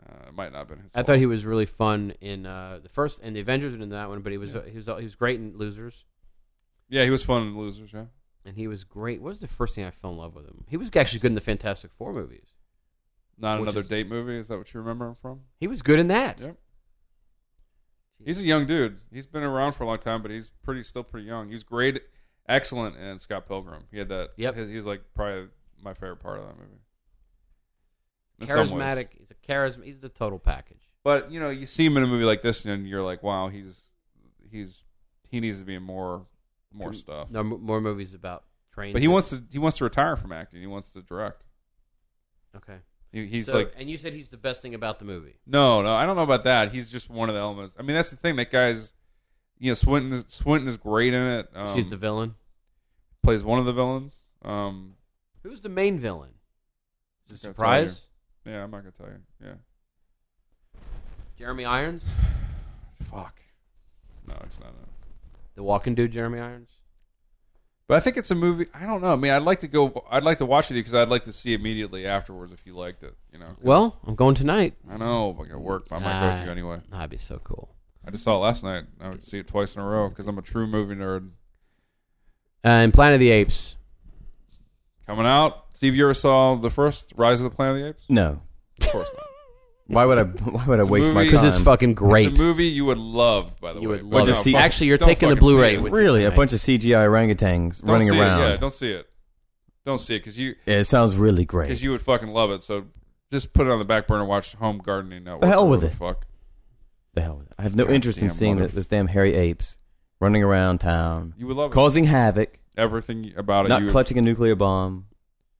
uh, it might not have been his. I thought he was really fun in uh, the first and the Avengers and in that one. But he was uh, Yeah. he was he was great in Losers, yeah, he was fun in Losers. Yeah, and he was great. What was the first thing I fell in love with him? He was actually good in the Fantastic Four movies. not Which another is- date movie. Is that what you remember him from? He was good in that. Yep. He's a young dude. He's been around for a long time, but he's pretty still pretty young. He was great, excellent in Scott Pilgrim. He had that. Yep. his, he was like probably my favorite part of that movie. In some ways. charismatic. He's a charisma. He's the total package. But you know, you see him in a movie like this, and you're like, wow, he's he's he needs to be in more more stuff. No, m- more movies about trains. But he and- wants to he wants to retire from acting. He wants to direct. Okay. He, he's So- like, and you said he's the best thing about the movie. no, no, I don't know about that. He's just one of the elements. I mean, that's the thing. That guy's, you know, Swinton. Is, Swinton is great in it. Um, She's the villain. plays one of the villains. Um, Who's the main villain? Is it That's surprise? yeah, I'm not gonna tell you. Yeah, Jeremy Irons, fuck. No, it's not. it. the walking dude, Jeremy Irons. But I think it's a movie. I don't know. I mean, I'd like to go. I'd like to watch it because I'd like to see immediately afterwards if you liked it. You know. 'cause- Well, I'm going tonight. I know. but I got work, but I might go with Ah. you anyway. That'd be so cool. I just saw it last night. I would see it twice in a row because I'm a true movie nerd. Uh, and Planet of the Apes. Coming out. Steve, you ever saw the first Rise of the Planet of the Apes? No. Of course not. Why would I? Why would I It's a waste my time? movie- Because it's fucking great. It's a movie you would love, by the You way. would But love it. don't See- fuck- actually, you're don't taking the fucking see Blu-ray it. with- Really, a tonight. bunch of CGI orangutans Don't running see around. It. Yeah, Yeah, don't see it. Don't see it because you it sounds really great. because you would fucking love it. So just put it on the back burner. and Watch Home Gardening Network. The hell or with whatever it. the Fuck. the hell, with it. I have no God interest in damn seeing mother- th- those damn hairy apes running around town, You would love it. causing havoc, Everything about it. not you would- clutching a nuclear bomb.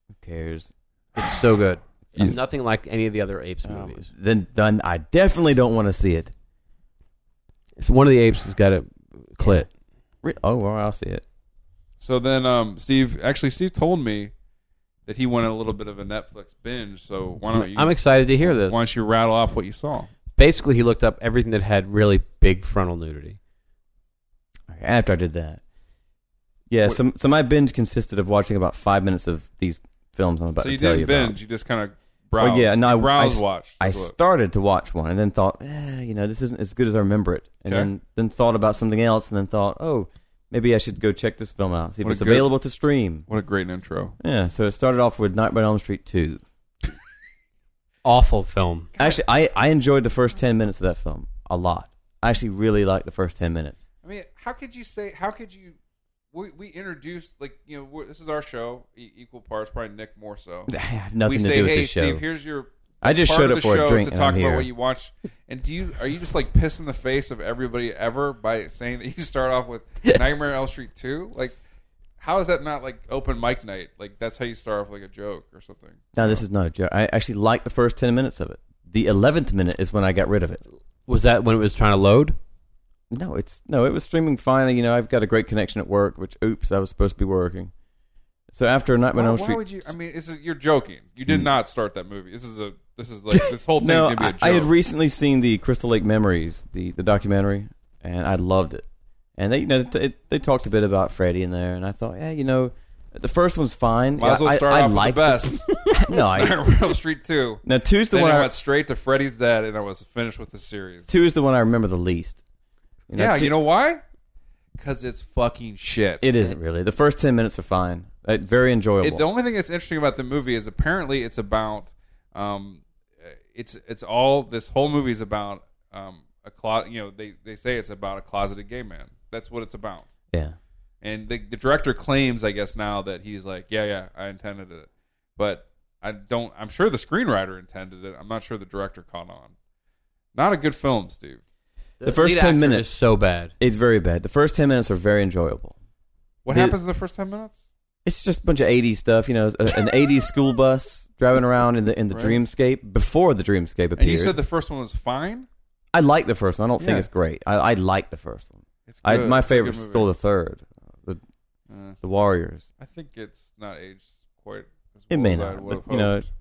Who cares? It's so good. It's You- nothing like any of the other Apes Oh. Um, movies. then, then I definitely don't want to see it. It's one of the apes has got a clit. Re- Oh, well, I'll see it. So then, um, Steve actually, Steve told me that he wanted a little bit of a Netflix binge. So why don't you? I'm excited to hear this. Why don't you rattle off what you saw? Basically, he looked up everything that had really big frontal nudity. Okay, after I did that, yeah. What- So, so my binge consisted of watching about five minutes of these films I'm about so to you tell didn't you about. binge. You just kind of Browse. Well, yeah, no, You I browse I, watch. I That's what- started to watch one and then thought, eh, you know, this isn't as good as I remember it, and Okay. then then thought about something else, and then thought, oh, maybe I should go check this film out, see if What a it's good- available to stream. What a great intro. Yeah, so it started off with Nightmare on Elm Street two. Awful film. Actually, I I enjoyed the first ten minutes of that film a lot. I actually really liked the first ten minutes. I mean, how could you say? How could you? We, we introduced like you know we're, this is our show, e- equal parts. Probably Nick more so. I have nothing we to say, do with hey, this show. Steve, here's your. I just part showed of up the for show a drink to and talk I'm about here. what you watch. And do you are you just like pissing the face of everybody ever by saying that you start off with Nightmare on Elm Street two? Like, how is that not like open mic night? Like that's how you start off like a joke or something. No, this is not a joke. I actually liked the first ten minutes of it. The eleventh minute is when I got rid of it. Was that when it was trying to load? No, it's no, it was streaming fine. You know, I've got a great connection at work, which oops, I was supposed to be working. So after Nightmare Why, on Elm why Street, would you? I mean, this is you're joking. You did not start that movie. This is a this is like this whole thing's Hmm. no, gonna be a I, joke. I had recently seen the Crystal Lake Memories, the the documentary, and I loved it. And they, you know, they, they talked a bit about Freddy in there, and I thought, yeah, you know, the first one's fine. Might as well I- start I, off with liked the best. it. no, I, Nightmare on Elm Street two. now two's the Then one. I I, went straight to Freddy's Dead, and I was finished with the series. two is the one I remember the least. You yeah, two- you know why? Because it's fucking shit. it isn't really. The first ten minutes are fine. Uh, very enjoyable. It- the only thing that's interesting about the movie is apparently it's about, um, it's it's all this whole movie is about um a closet. You know, they they say it's about a closeted gay man. That's what it's about. yeah. And the, the director claims, I guess now that he's like, yeah, yeah, I intended it, but I don't. I'm sure the screenwriter intended it. I'm not sure the director caught on. Not a good film, Steve. The first lead 10 actor minutes. is so bad. It's very bad. The first ten minutes are very enjoyable. What The- happens in the first ten minutes? It's just a bunch of '80s stuff, you know, a- an '80s school bus driving around in the in the Right. dreamscape before the dreamscape appeared. And you said the first one was fine. I like the first one. I don't Yeah. think it's great. I, I like the first one. It's I, good. my It's a good favorite is movie. still the third, the, Uh, the Warriors. I think it's not aged quite. As It well may as I not, would have but, you know, hoped.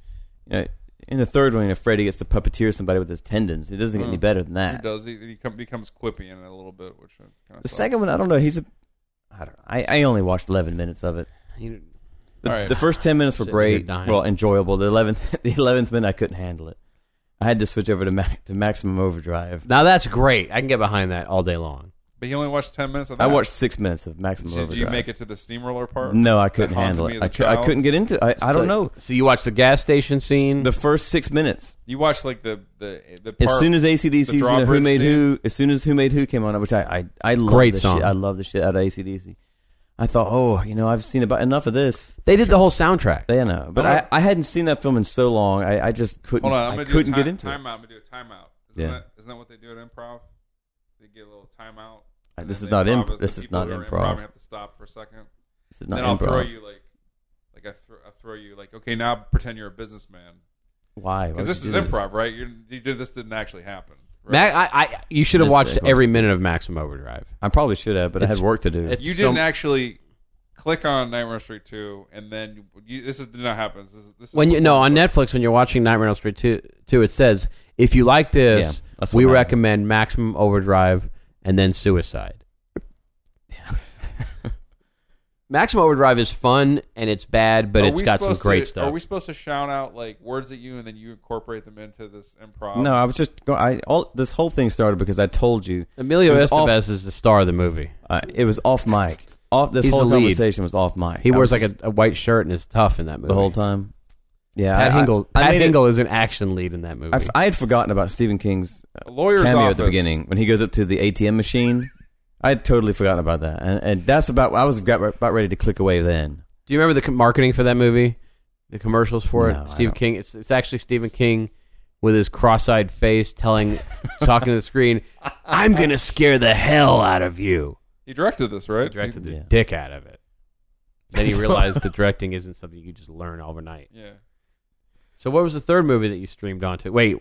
You know, in the third one, you know, Freddy gets to puppeteer somebody with his tendons. It doesn't get any Mm. better than he that. does. He, he come, becomes quippy in it a little bit, which kind of The second one, I don't know. He's a, I don't. Know. I I only watched 11 minutes of it. You- The, All right. the first ten minutes were Sitting here great, dying. well, enjoyable. The eleventh, the eleventh minute, I couldn't handle it. I had to switch over to ma- to maximum overdrive. Now that's great. I can get behind that all day long. But he only watched ten minutes. of I that. watched six minutes of maximum Did overdrive. you make it to the steamroller part? No, I couldn't That haunted handle me it. as a I, cou- I child. couldn't get into. it. I, I So- don't know. So you watch the gas station scene. The first six minutes, You watched like the the the part as soon as ACDC's the you know, Who drawbridge Made scene? Who, as soon as Who Made Who came on, which I I, I love Great the song. Shit. I love the shit out of ACDC. I thought, oh, you know, I've seen about enough of this. they did the whole soundtrack. They know, but Hold I, on. I hadn't seen that film in so long. I, I just couldn't. Hold on, I'm I gonna do a couldn't time, get into it. timeout. I'm gonna do a timeout. Isn't Yeah. that isn't that what they do at improv? They get a little timeout. and Uh, This then is they not improv imp- with the this is people not who are improv. improv. Have to stop for a second. This is not then I'll throw improv. you like like I, thro- I throw you like okay now pretend you're a businessman Why? Why because would this you is do improv right? You're, you did this didn't actually happen. Right? Ma- I, I, you should have This watched thing was- every minute of Maximum Overdrive. I probably should have, but I It's- had work to do. it's- you so- didn't actually click on Nightmare on Elm Street two, and then you, you, this is, did not happen. This is, this is When you no before on this- Netflix, when you're watching Nightmare on Elm Street two, two, it says if you like this, Yeah, that's we what happened. recommend Maximum Overdrive and then Suicide. Maximum Overdrive is fun and it's bad, but Are it's we got some supposed great to, Are stuff. we supposed to shout out like words at you, and then you incorporate them into this improv? No, I was just. go- I all this whole thing started because I told you Emilio It was off- Estevez is the star of the movie. uh, it was off mic. Off this He's whole the lead. conversation was off mic. He I wears was like a, just- a white shirt and is tough in that movie. the whole time. Yeah, Pat I, Hingle, I, I Pat made it- Hingle is an action lead in that movie. I f- I had forgotten about Stephen King's a lawyer's cameo office at the beginning when he goes up to the ATM machine. I had totally forgotten about that, and, and that's about. I was got- about ready to click away then. Do you remember the com- marketing for that movie? The commercials for No, I it. Stephen don't. King. It's it's actually Stephen King with his cross-eyed face, telling, talking to the screen. I'm gonna scare the hell out of you. He directed this, He right? directed the Yeah. dick out of it. Then he realized that directing isn't something you just learn overnight. Yeah. So what was the third movie that you streamed onto? Wait,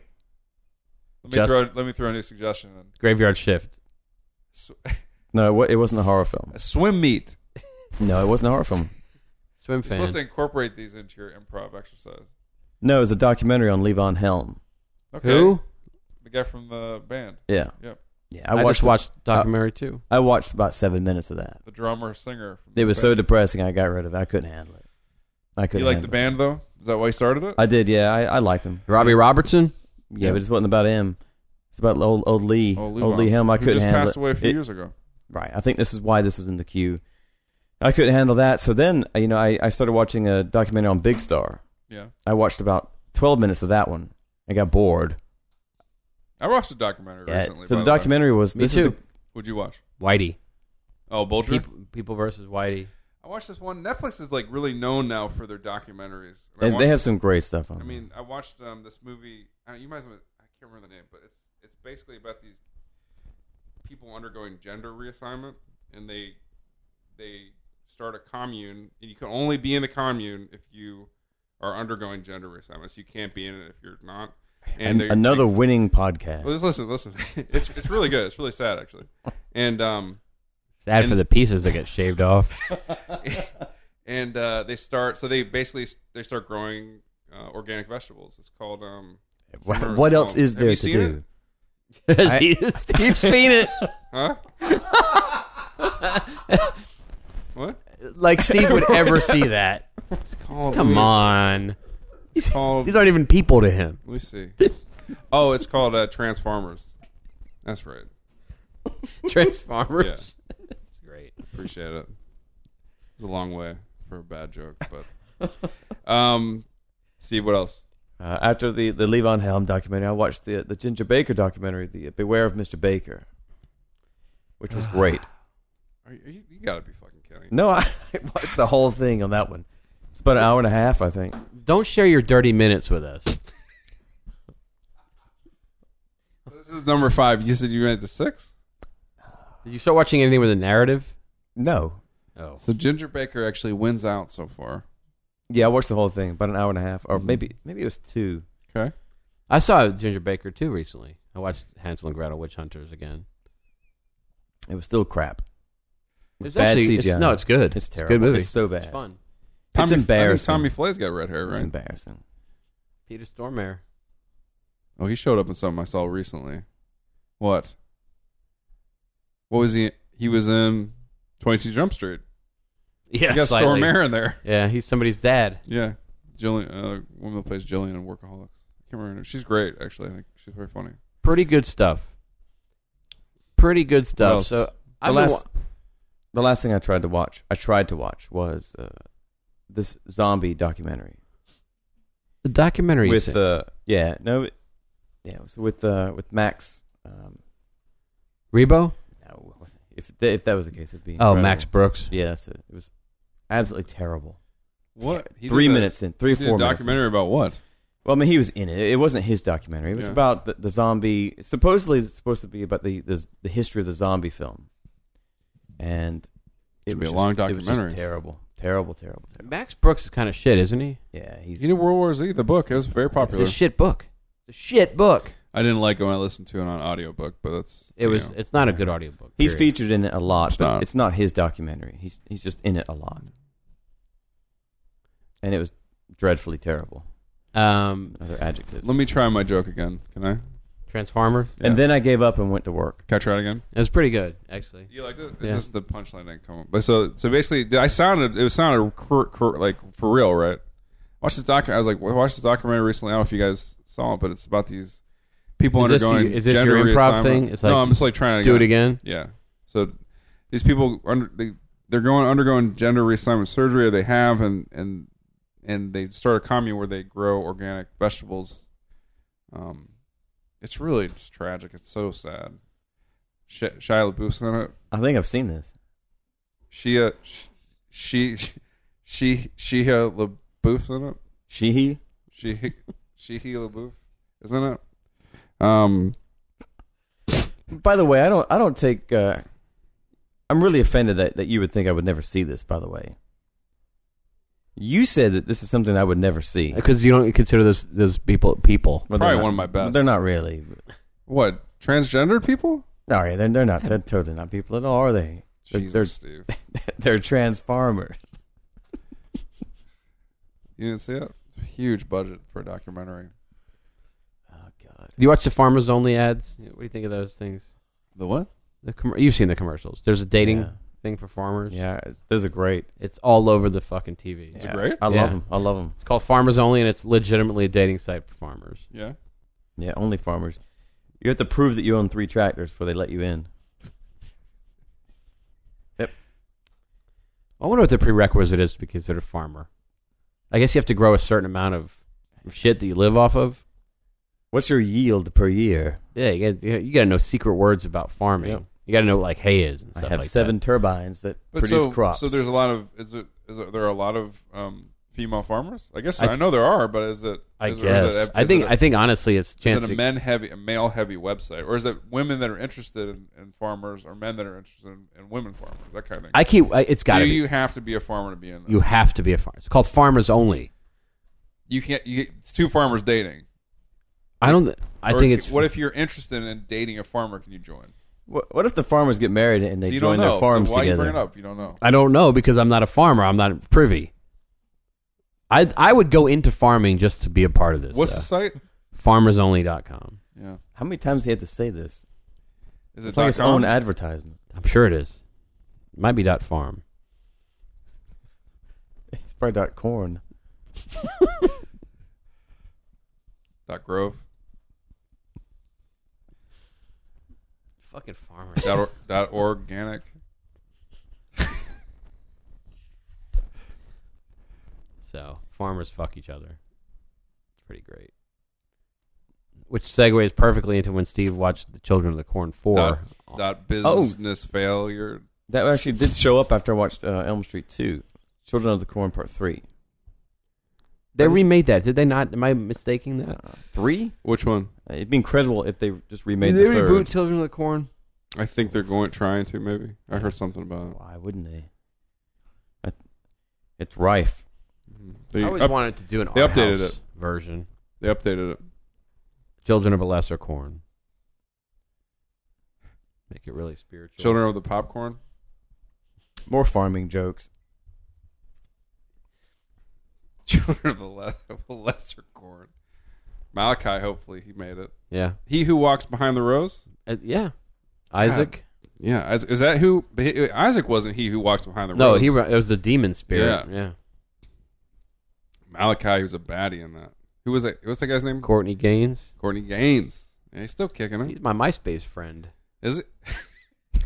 Let me Just- throw let me throw a new suggestion. In. Graveyard Shift. Sw- No, it, wa- it wasn't a horror film. a swim meet. No, it wasn't a horror film. Swim You're fan. supposed to incorporate these into your improv exercise. No, it was a documentary on Levon Helm. Okay. Who? The guy from the band. Yeah, Yep. yeah. I, just the- watched documentary too. I watched about seven minutes of that. The drummer singer. From It the was so band. depressing. I got rid of it. I couldn't handle it. I couldn't. You like the band handle though? it. Is that why you started it? I did, yeah. I, I liked him. Robbie Robertson. Yeah, but it wasn't about him. It's about old, old Lee. Oh, old Lee Helm. I who couldn't just handle passed it. away a few It- years ago. Right. I think this is why this was in the queue. I couldn't handle that. So then, you know, I, I started watching a documentary on Big Star. Yeah, I watched about 12 minutes of that one. I got bored. I watched a documentary Yeah. recently. so by the way. documentary was Me this too. Is the, Would you watch? Whitey. Oh, Bulger. People, people versus Whitey. I watched this one. Netflix is like really known now for their documentaries. And I they, watched they have this- some great stuff on. I it. mean, I watched um, this movie. I you might as well. I can't remember the name, but it's it's basically about these people undergoing gender reassignment, and they they start a commune, and you can only be in the commune if you are undergoing gender reassignment. So you can't be in it if you're not. An- they- another winning podcast. Well, just listen, listen. It's it's really good. It's really sad, actually. And um, Sad And- for the pieces that get shaved off. and uh, they start. So they basically they start growing uh, organic vegetables. It's called um. what what else is Have you there to seen it? do? You've seen it. Huh? what? Like Steve would ever see that. It's called. Come let me- on. It's called. These aren't even people to him. let me see. Oh, it's called uh, Transformers. That's right. Transformers. Yeah. That's great. Appreciate it. It's a long way for a bad joke, but um, Steve, what else? Uh, after the the Levon Helm documentary, I watched the the Ginger Baker documentary, the Beware of Mr. Baker, which was great. Are you, are you, you gotta be fucking kidding. Ah. no, I watched the whole thing on that one. It's about an hour and a half, I think. Don't share your dirty minutes with us. So this is number five. You said you went to six. Did you start watching anything with a narrative? No, Oh. So Ginger Baker actually wins out so far. yeah, I watched the whole thing, about an hour and a half, or maybe maybe it was two. Okay. I saw Ginger Baker too recently. I watched Hansel and Gretel Witch Hunters again. It was still crap. It's Bad actually CGI. it's, no, it's good. It's a terrible. good movie. It's so bad. It's fun. Tommy, I think embarrassing. Tommy Flay's got red hair, It's right? embarrassing. Peter Stormare. Oh, he showed up in something I saw recently. What? What was he? He was in Twenty Two Jump Street. Yeah, he got slightly. Stormare in there. Yeah, he's somebody's dad. Yeah, Jillian, uh, woman that plays Jillian in Workaholics. I can't remember. her name. She's great, actually. I think she's very funny. Pretty good stuff. Pretty good stuff. else? So The I've last, been wa- the last thing I tried to watch, I tried to watch was uh, this zombie documentary the documentary you with sent- uh, yeah, no, it- yeah, it was with uh, with Max. Um, Rebo. no, if th- if that was the case, it'd be Oh, incredible. Max Brooks. Yeah, that's it. It was absolutely terrible. What? three minutes in, He three or did four a minutes. in. documentary about what? Well, I mean, he was in it. It wasn't his documentary. It was Yeah. about the, the zombie. Supposedly, it's supposed to be about the, the the history of the zombie film, and It's it gonna was be a just- long it was just documentary. terrible, terrible, terrible, terrible. Max Brooks is kind of shit, isn't he? Yeah, he's He did World War Z, the book. It was very It's popular. a shit book. It's a shit book. I didn't like it when I listened to it on audiobook, but that's It you was. know. It's not a good audiobook. he's period. featured in it a lot, It's but not. it's not his documentary. He's he's just in it a lot, and it was dreadfully terrible. Um, Other adjectives. Let me try my joke again. Can I? Transformer. And Yeah. then I gave up and went to work. Can I try it again? It was pretty good, actually. You liked it? It's Yeah. just the punchline didn't come up. But so so basically, I sounded it was sounded cr- cr- like for real, right? Watch this doc. I was like, well, I watched this documentary recently. I don't know if you guys saw it, but it's about these people Is this the- undergoing. is this gender your improv reassignment. thing? It's no, like, I'm just like trying to Do it again. Yeah. So these people under they, they're going undergoing gender reassignment surgery, or they have, and and and they start a commune where they grow organic vegetables. Um, it's really just tragic. It's so sad. Sh- Shia LaBeouf's in it I think I've seen this. she uh, sh- she she she uh, LaBeouf's in it. She he. She she he LaBeouf, isn't it? Um, By the way, I don't I don't take uh I'm really offended that, that you would think I would never see this, by the way. You said that this is something I would never see. Because you don't consider those those people people. Well, they're Probably not- one of my best. They're not really. what transgendered people? No, yeah, they're, they're not. They're totally not people at all, are they? They're, they're, Jesus, Steve, they're transformers. you didn't see it? It's a huge budget for a documentary. Oh, God. You watch the farmers only ads. What do you think of those things? The what? The com- you've seen the commercials. There's a dating Yeah. thing for farmers. Yeah, those are great. It's all over the fucking TV. Is yeah. it great? I Yeah. love them. I love them. It's called Farmers Only, and it's legitimately a dating site for farmers. Yeah. Yeah, only farmers. You have to prove that you own three tractors before they let you in. I wonder what the prerequisite is to be considered a farmer. I guess you have to grow a certain amount of shit that you live off of. What's your yield per year? Yeah, you got you got to know secret words about farming. Yeah. You got to know what, like hay is and I stuff have like seven that. turbines that But produce so, crops. so there's a lot of is it is it, there are a lot of um, female farmers? I guess I, I- know there are, but is it? I is, or guess. Is it, I is think. It a- I think honestly, it's is chance. it a men heavy, a male heavy website, or is it women that are interested in, in farmers, or men that are interested in, in women farmers, that kind of thing? I keep. I, it's got to Do be. you have to be a farmer to be in this? you have to be a farmer. It's called Farmers Only. You can't. You, it's two farmers dating. I don't. I Or think c- it's. What if you're interested in dating a farmer? Can you join? what, what if the farmers get married and they so you join don't know. their farms so why together? you bring it up? You don't know. I don't know because I'm not a farmer. I'm not privy. I I would go into farming just to be a part uh, of this. What's though. the site? farmersonly.com. Yeah. How many times do they have to say this? Is it It's like its dot com? own advertisement. I'm sure it is. It might be dot farm. It's probably dot corn. dot Grove. Fucking farmer. dot, or, dot organic. so farmers fuck each other. It's pretty great. Which segues perfectly into when Steve watched The Children of the Corn Dot, four. dot Oh. business failure. That actually did show up after I watched uh, Elm Street Two, Children of the Corn Part Three. They remade that, did they not? Am I mistaking that? Uh, three? Which one? Uh, It'd be incredible if they just remade did the they third. reboot Children of the Corn? I think they're going trying to maybe. I heard something about Why wouldn't they? I- It's rife. Mm-hmm. it. I They, always up- wanted to do an they art updated house version. they updated it. Children of a Lesser Corn. Make it really spiritual. Children of the Popcorn. More farming jokes. Children of the, le- of the Lesser Corn. Malachi, hopefully he made it. Yeah. He who walks behind the rose. Uh, yeah. Isaac. Yeah, is, is that who? but he- Isaac wasn't he who walks behind the No, rose. he re- it was the demon spirit. Yeah. Yeah. Malachi was a baddie in that. Who was that? What's that guy's name? Courtney Gaines. Courtney Gaines. Yeah, he's still kicking it. He's my MySpace friend. Is it?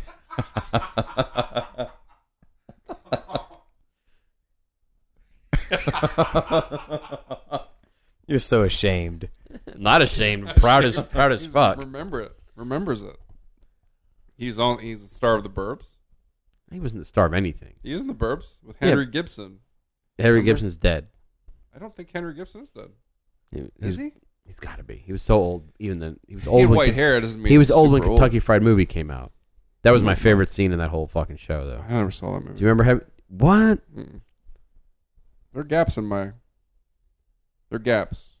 You're so ashamed. Not ashamed. Proud as proud as He's- fuck. Remember it. Remembers it. He's on. He's the star of the Burbs. He wasn't the star of anything. He is in the Burbs with Yeah. Henry Gibson. Harry Remember? Gibson's dead. I don't think Henry Gibson is dead. He- he's- Is he? He's got to be. He was so old. Even then, he was he old. had when white Ken- hair. Doesn't mean He was he's old when super Kentucky Fried Movie came out. That was my Mhm. favorite scene in that whole fucking show, though. I never saw that movie. Do you remember? Having, what? Mm-mm. There are gaps in my. There are gaps.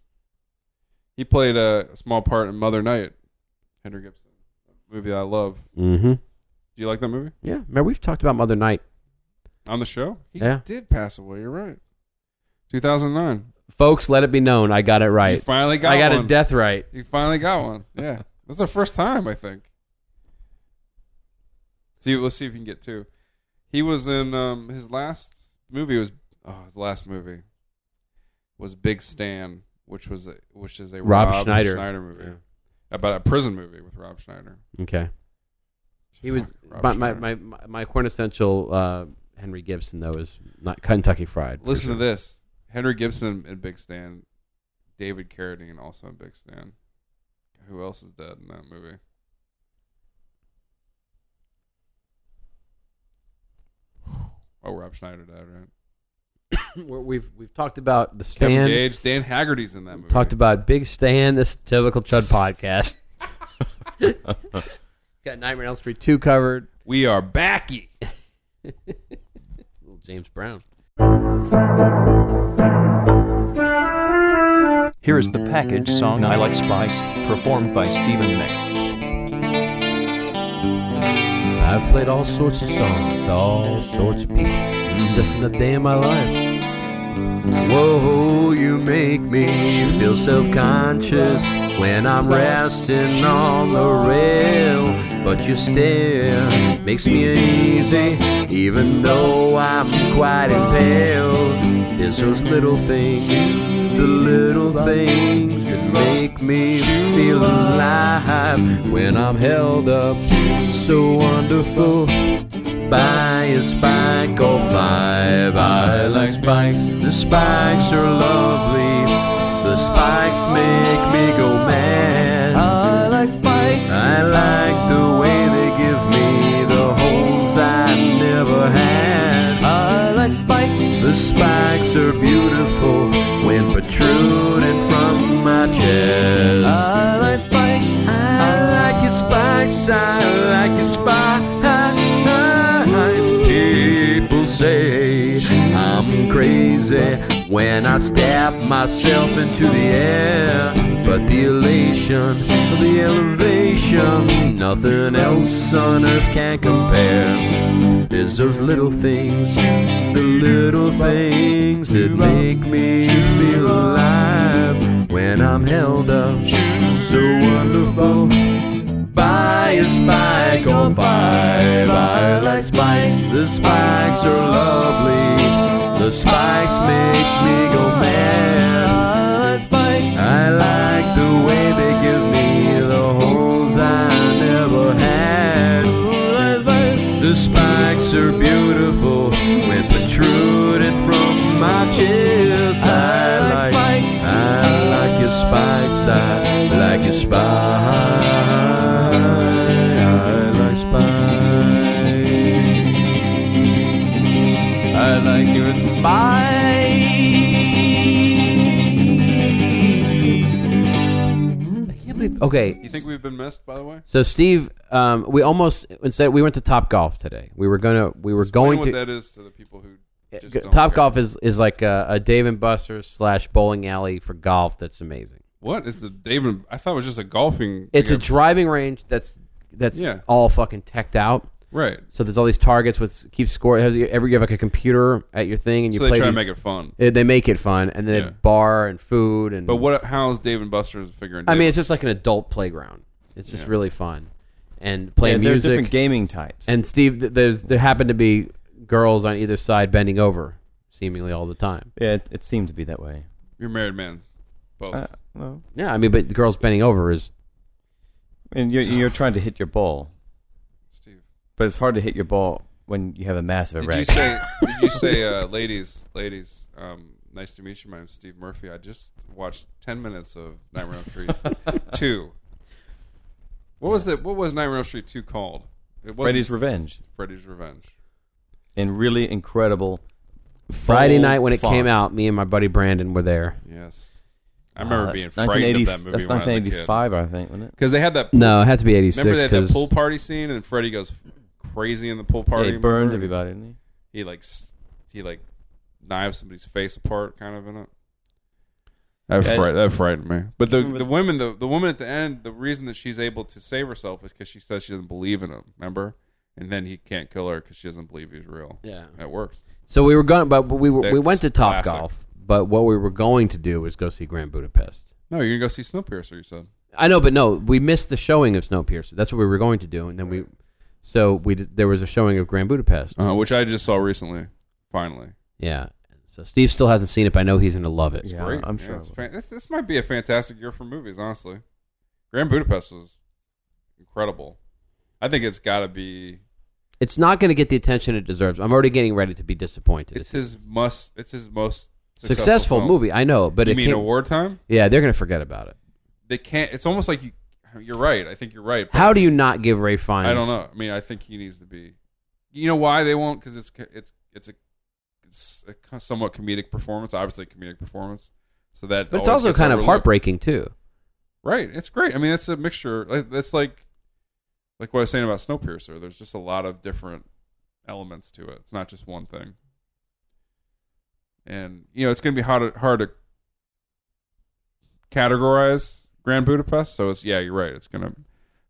He played a small part in Mother Night. Henry Gibson, a movie I love. Mm-hmm. Do you like that movie? Yeah. Remember, we've talked about Mother Night. On the show, he Yeah. did pass away. You're right. 2009. Folks, let it be known, I got it You right. finally got. I got one. it death right. You finally got one. Yeah, that's the first time I think. See, let's see if you can get two. He was in um, his last movie was oh his last movie was Big Stan, which was a, which is a Rob Rob, Schneider. movie about a prison movie with Rob Schneider. Okay. He was Fuck, Rob my, my, Schneider. my, my my quintessential uh, Henry Gibson though is not Kentucky Fried. for Listen sure. to this: Henry Gibson in Big Stan, David Carradine also in Big Stan. Who else is dead in that movie? Oh, Rob Schneider died, right? We're- we've we've talked about the Kevin stand, Gage, Dan Haggerty's in that movie. talked about Big Stan, this typical Chud podcast. Got Nightmare on Elm Street two covered. we are backy. Little James Brown. Here is the package song I Like Spice, performed by Stephen May. I've played all sorts of songs, to all sorts of people. This is just in the day of my life. Whoa, you make me feel self conscious when I'm resting on the rail. But your stare makes me uneasy, even though I'm quite impaled. There's those little things, the little things that make me feel alive when I'm held up so wonderful buy a spike or five. I like spikes. The spikes are lovely. The spikes make me go mad. I like spikes. I like the way they give me the holes I never had. I like spikes. The spikes are beautiful when protruding from my chest. I like spikes. I like your spikes. I like your spikes. People say I'm crazy when I stab myself into the air. But the elation, the elevation, nothing else on earth can compare. There's those little things, the little things that make me feel alive when I'm held up. So wonderful. Buy a spike or five. I like spikes. The spikes are lovely. The spikes make me go mad. I like spikes. I like the way they give me the holes I never had. The spikes are beautiful when protruded from my chest. I like spikes. I like your spikes. I like your spikes. I like spikes. I like your spikes. I can't believe- Okay. You think we've been missed, by the way? So Steve, um, we almost instead we went to Top Golf today. We were gonna we were Explain going what to that is to the people who just don't Top care. Golf is is like a, a Dave and Buster's slash bowling alley for golf. That's amazing. What is the David? I thought it was just a golfing. It's a thing. driving range that's that's Yeah. all fucking teched out. right. So there's all these targets with keep score. It has every you have like a computer at your thing and you So play. they try to these- make it fun. Yeah, they make it fun and then Yeah. bar and food and. But what? How is Dave and Buster's figuring? I mean, Dave- it's just like an adult playground. It's just Yeah. really fun and Yeah, playing there are music. different gaming types. And Steve, th- there's there happen to be girls on either side bending over, seemingly all the time. yeah, it, it seemed to be that way. you're a married man. Both. Uh, well, Yeah, I mean, but the girls bending over is and you're, you're trying to hit your ball, Steve. but it's hard to hit your ball when you have a massive Did you erect. say? did you say, uh, ladies, ladies? Um, nice to meet you. My name's Steve Murphy. I just watched ten minutes of Nightmare on Elm Street two. What was that? What was Nightmare on Elm Street two called? It was Freddy's Revenge Freddy's Revenge. in really incredible. Friday bold night when it came font. out. Me and my buddy Brandon were there. Yes, I Uh, remember that's being frightened of that 1980 movie. That's when I was a kid. 1985, I, think, wasn't it? Because they had that. No, it had to be '86 Remember they had that because pool party scene, and then Freddy goes crazy in the pool Yeah, party. he burns remember? everybody. Didn't he? He like s- he like knives somebody's face apart, kind of in it. That Yeah, I- fright, that frightened me. But the Remember the the- woman the the woman at the end, the reason that she's able to save herself is because she says she doesn't believe in him. Remember, and then he can't kill her because she doesn't believe he's real. yeah. That works. So we were going, but we were, we That's went to Top classic. Golf. But what we were going to do was go see Grand Budapest. No, you're gonna go see Snowpiercer. You said I know, but no, we missed the showing of Snowpiercer. That's what we were going to do, and then we, so we d- there was a showing of Grand Budapest. uh, which I just saw recently. Finally, Yeah. So Steve still hasn't seen it, but I know he's gonna love it. it's Yeah, great. I'm Yeah, sure I it's will. fan- this, this might be a fantastic year for movies. Honestly, Grand Budapest was incredible. I think it's got to be It's not going to get the attention it deserves. I'm already getting ready to be disappointed. It's his must. It's his most successful, successful, film. movie, I know, but you it mean can't, award time? yeah, they're going to forget about it. They can't. It's almost like you. You're right. I think you're right. but How do you not give Ray Fiennes? I don't know. I mean, I think he needs to be. You know why they won't? Because it's it's it's a it's a co- somewhat comedic performance. Obviously, a comedic performance. So that. But it's always also gets kind of overlooked. heartbreaking too. Right. It's great. I mean, it's a mixture. Like, That's like like what I was saying about Snowpiercer. There's just a lot of different elements to it. It's not just one thing. And you know, it's going to be hard to, hard to categorize Grand Budapest. So it's yeah, you're right. It's going to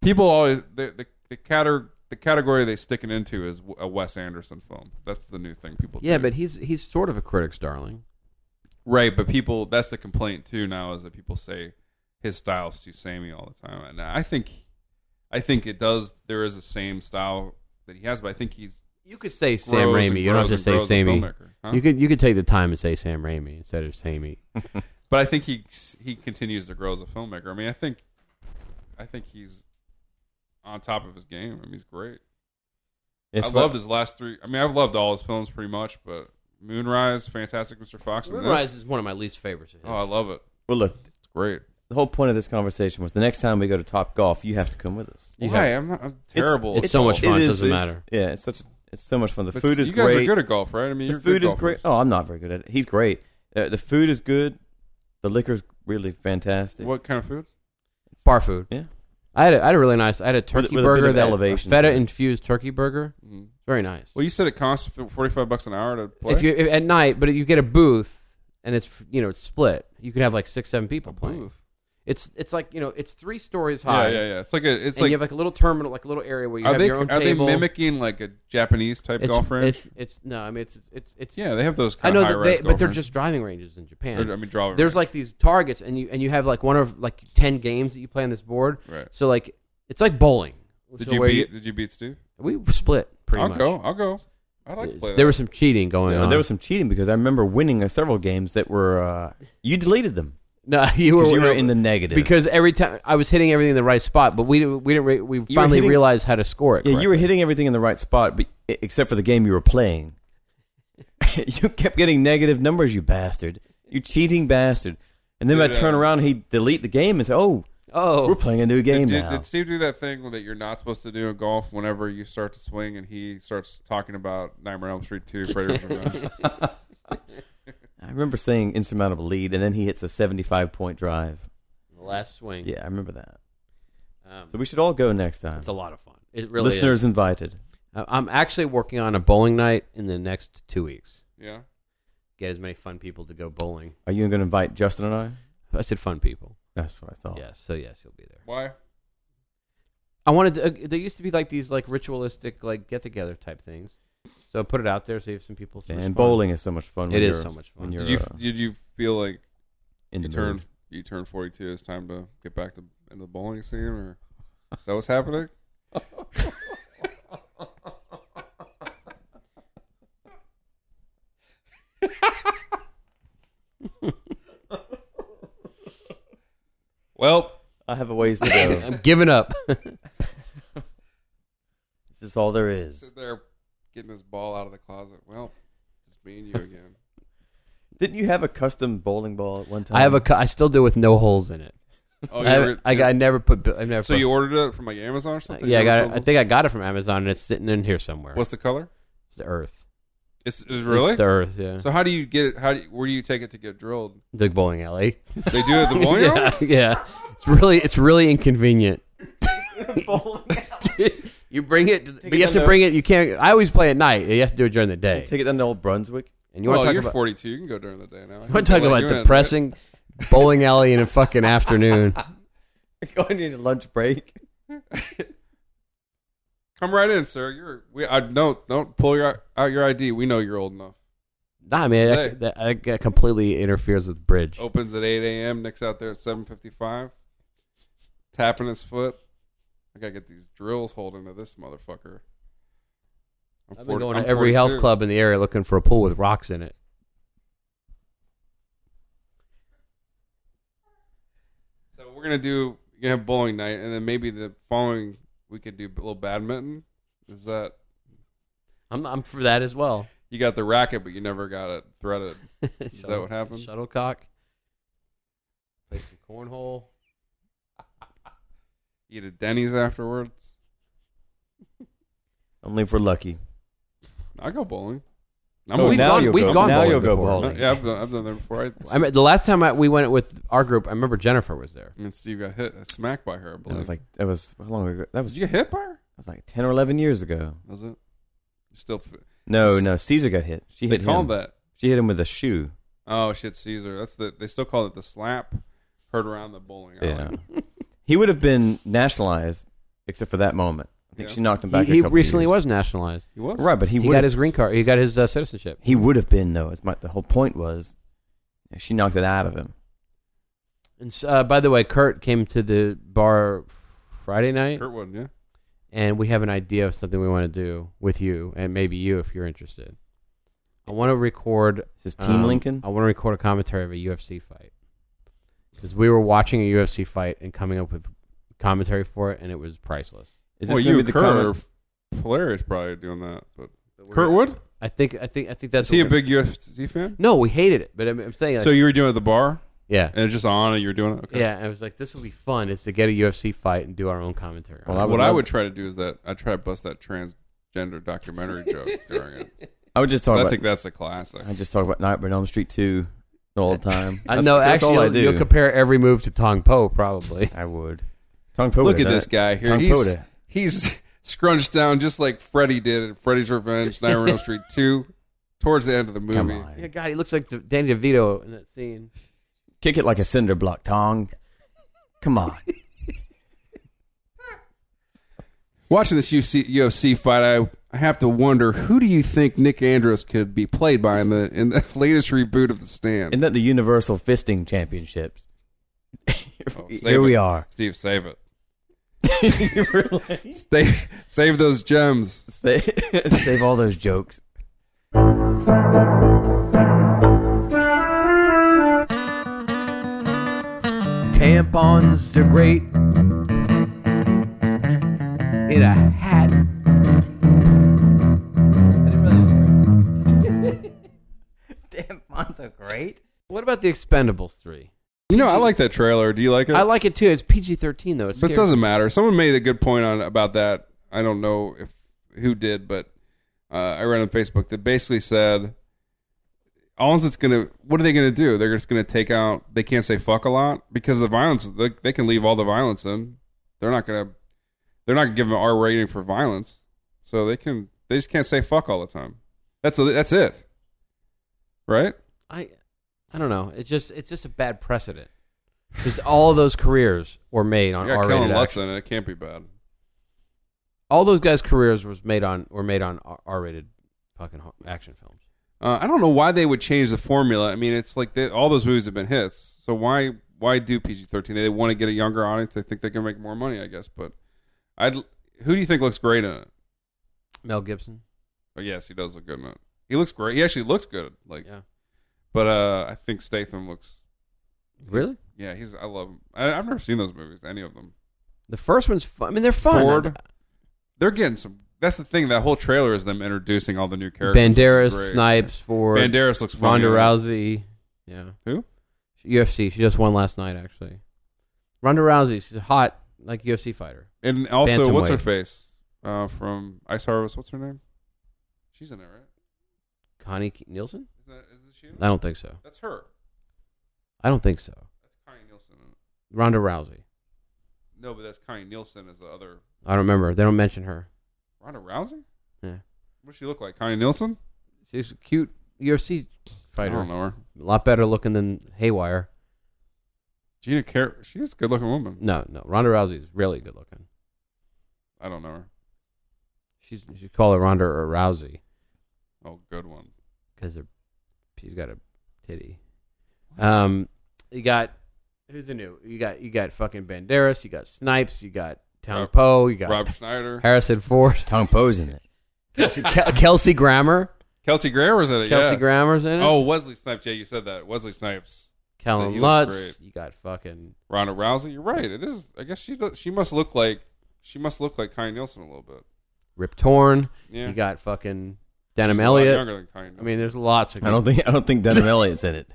people always the the the, cater, the category they stick it into is a Wes Anderson film. That's the new thing people. Yeah, do. but he's he's sort of a critic's darling. Right, but people that's the complaint too now is that people say his style's too samey all the time. And I think I think it does there is a same style that he has, but I think he's You could say Sam grows and Raimi. You don't have to grows say and Sammy. grows as a filmmaker, huh? You could you could take the time and say Sam Raimi instead of Sammy. but I think he he continues to grow as a filmmaker. I mean, I think I think he's on top of his game. I mean, he's great. I loved his last three. I mean, I've loved all his films pretty much, but Moonrise, Fantastic Mr. Fox, and Moonrise this. is one of my least favorites. Of his. Oh, I love it. Well, look, It's great. the whole point of this conversation was the next time we go to Top Golf, you have to come with us. You Why? have- I'm, not, I'm terrible. It's so much fun, it is- doesn't it's- matter. Yeah, it's such. It's so much fun. The But food is you guys great. are good at golf, right? I mean, the you're food good is golfers. great. Oh, I'm not very good at it. He's great. Uh, the food is good. The liquor's really fantastic. What kind of food? bar food. Yeah. I had a, I had a really nice. I had a turkey with a bit burger of that elevation to it. feta infused turkey burger. Mhm. Very nice. Well, you said it costs forty five bucks an hour to play. Mm-hmm. if you if, at night, but you get a booth and it's you know it's split. You could have like six seven people a playing. booth. It's it's like you know it's three stories Yeah, high. yeah, yeah. It's like a. It's and you have like like. a little terminal, like a little area where you Are have they your are own they table. mimicking like a Japanese type it's, golf range? it's it's no, I mean it's it's it's Yeah, they have those. I Kind know of that high-res they, but golf they're ranges. just driving ranges in Japan. Or, I mean, driving There's ranges. like these targets, and you and you have like one of like ten games that you play on this board. Right. So like it's like bowling. Did So you where beat? Did you beat Steve? We split pretty I'll much. go. I'll go. I like to play. there that. was some cheating going You know, on. Uh, there was some cheating because I remember winning uh, several games that were uh, you deleted them no, you were, because you were in the negative. because every time I was hitting everything in the right spot, but we didn't- we didn't re- we finally hitting- realized how to score it. yeah, you were correctly. hitting everything in the right spot, but, e- except for the game you were playing. you kept getting negative numbers, you bastard! You cheating bastard! And then I Dude, turn uh, around, he'd delete the game and say, "Oh, Oh, we're playing a new game did, did- now." did Steve do that thing that you're not supposed to do in golf? Whenever you start to swing, and he starts talking about Nightmare on Elm Street Two, Freddy's Revenge. I remember saying insurmountable lead, and then he hits a seventy-five point drive. the last swing. Yeah, I remember that. Um, So we should all go next time. it's a lot of fun. It really Listeners is. invited. I- I'm actually working on a bowling night in the next two weeks. Yeah, Get as many fun people to go bowling. Are you going to invite Justin and I? I said fun people. That's what I thought. Yes. So yes, you'll be there. why? I wanted. To, uh, there used to be like these like ritualistic like get together type things. So put it out there. See if some people. And respond. bowling is so much fun. when It is you're- so much fun. when Did you're, Did you uh, did you feel like uh, in you the turned mood. you turned 42? It's time to get back to in the bowling scene, or is that what's happening? well, I have a ways to go. I'm giving up. this is all there is. sit there getting his ball out of the closet. Well, it's me and you again. Didn't you have a custom bowling ball at one time? I have a. cu- I still do with no holes in it. Oh, I, haven't- I, got- I never put. bu- I never. so put, you ordered it from like Amazon or something? Yeah, I You got. never It, I told think I got it from Amazon, and it's sitting in here somewhere. them? What's the color? it's the Earth. It's, it's really. It's the Earth. Yeah. So how do you get it? How do you, where do you take it to get drilled? the bowling alley. They do it at the bowling alley? yeah, yeah. It's really. It's really inconvenient. you bring it, but you it have to under- bring it. You can't. I always play at night. You have to do it during the day. Take it down to old Brunswick. and you want well, to Oh, you're talk about? 42. You can go during the day now. You want to talk Like, about you're in- depressing bowling alley in a fucking afternoon? Going into lunch break. Come right in, sir. You're. We. I don't. Don't pull your out your ID. We know you're old enough. Nah, man, Hey. that, that, that, completely interferes with bridge. Oh, Opens at 8 a.m. Nick's out there at 7:55, tapping his foot. I gotta get these drills holding to this motherfucker. I'm I've been 40 going I'm to every health 42. club in the area looking for a pool with rocks in it. So we're gonna do. You're gonna have bowling night, and then maybe the following we could do a little badminton. Is that I'm, I'm for that as well. you got the racket, but you never got it threaded? Is that what happened? Shuttlecock. Play some cornhole. Eat at Denny's afterwards. Only if we're lucky. I go bowling. Oh, a- we've now gone, you'll we've go- gone now bowling you'll go before. bowling. Yeah, I've done, I've done that before. I, I mean, the last time I, we went with our group, I remember Jennifer was there. and Steve got hit, smacked by her. I That believe. was like that was how long ago? That was did you get hit by her? that was like ten or eleven years ago. Was it? Still, f- No, It's- no, Caesar got hit. She they hit called him. that. She hit him with a shoe. Oh shit, Caesar. That's the. They still call it the slap. Heard around the bowling alley. Yeah. he would have been nationalized except for that moment. I think Yeah. she knocked him He, back. a he couple recently years. was nationalized. He was right, but he, He, would got have his green card. He got his uh, citizenship. He would have been though. It's my the whole point was She knocked it out of him. And s- uh, by the way, Kurt came to the bar Friday night, Kurtwood, yeah. and we have an idea of something we want to do with you, and maybe you if you're interested. I want to record This is Team um, Lincoln. I want to record a commentary of a UFC fight because we were watching a UFC fight and coming up with commentary for it, and it was priceless. Is well, gonna you and Kurt comment- are hilarious probably doing that. But But we're- Kurt Wood? I think I think I think that's Is he a what we're- big UFC fan? No, we hated it, but I'm, I'm saying like, So you were doing it at the bar yeah, and it's just on and you were doing it? Okay. yeah. I was like, this would be fun is to get a UFC fight and do our own commentary. Well, on it. would what I love would it. try to do is that I try to bust that transgender documentary joke during it. I would just talk 'Cause I about. think that's a classic. I just talk about Nightmare on Elm Street two all the time. I That's- know. that's Actually, all I you'll- do. you'll compare every move to Tong Po probably. I would. Tongue Poe Look would've at done this it. guy here. Tongue Poe He's, would've- he's scrunched down just like Freddy did in Freddy's Revenge, Nightmare on Elm Street 2, towards the end of the Come movie. on. Yeah, God, he looks like D- Danny DeVito in that scene. Kick it like a cinder block, Tong. Come on. Watching this UFC, UFC fight, I, I have to wonder who do you think Nick Andrews could be played by in the in the latest reboot of The Stand? Isn't that the Universal Fisting Championships? Oh, save Here we it. are. Steve, save it. Really? Save, save those gems. Sa- Save all those jokes. Tampons are great in a hat. Damn, Fonz are great. What about the Expendables three? You know, I like that trailer. Do you like it? I like it too. It's PG thirteen though. It's But it doesn't matter. Someone made a good point on about that. I don't know if who did, but uh, I read on Facebook that basically said, "All it's gonna. What are they gonna do? They're just gonna take out. They can't say fuck a lot because of the violence. They, they can leave all the violence in. They're not gonna. They're not gonna give them an R rating for violence. So they can. They just can't say fuck all the time. That's that's it. Right? I I don't know. It just it's just a bad precedent. Because all of those careers were made on You got Kellen R-rated Lutz Uh, action. in it. It can't be bad. All those guys' careers was made on were made on R- R-rated fucking ho- action films. Uh, I don't know why they would change the formula. I mean, it's like they, all those movies have been hits, so why why do PG thirteen? They want to get a younger audience. They think they can make more money, I guess. But I'd who do you think looks great in it? Mel Gibson. Oh, yes, he does look good in it. He looks great. He actually looks good. Like, Yeah. but uh, I think Statham looks. Really? Yeah, he's. I love him. I, I've never seen those movies, any of them. The first one's fun. I mean, they're fun. Ford, They're getting some. That's the thing. That whole trailer is them introducing all the new characters. It's Banderas, great. Snipes, Ford, Banderas looks funny. Ronda Rousey. Yeah. Who? UFC. She just won last night, actually. Ronda Rousey. She's a hot, like UFC fighter. And also, what's her Bantamweight. face uh, from Ice Harvest? What's her name? She's in it, right? Connie Ke- Nielsen? Is that is she? in it? I don't think so. That's her. I don't think so. That's Connie Nielsen. in it. Ronda Rousey. No, but that's Connie Nielsen as the other I don't remember. They don't mention her. Ronda Rousey. Yeah. What does she look like? Connie Nielsen? She's a cute UFC I fighter. don't A know her. lot better looking than Haywire. Gina Car. She's a good-looking woman. No, no. Ronda Rousey is really good looking. I don't know her. She's she call her Ronda or Rousey Oh, good one. because she's got a titty. Um, you got who's the new? You got you got fucking Banderas. You got Snipes. You got Town Rob- Poe. You got Rob Schneider. Harrison Ford. Tongue Poe's in it. Kel- Kelsey Grammer. Kelsey Grammer was in it. Kelsey yeah. Grammer's in it. Oh, Wesley Snipes. Yeah, you said that. Wesley Snipes. Kellen he looks Lutz. great. You got fucking Ronda Rousey. You're right. It is. I guess she does, she must look like she must look like Connie Nielsen a little bit. Rip Torn. Yeah. You got fucking She's Denham a lot Elliott. Younger than Connie Nielsen. I mean, there's lots of. I don't think I don't think Denham Elliott's in it.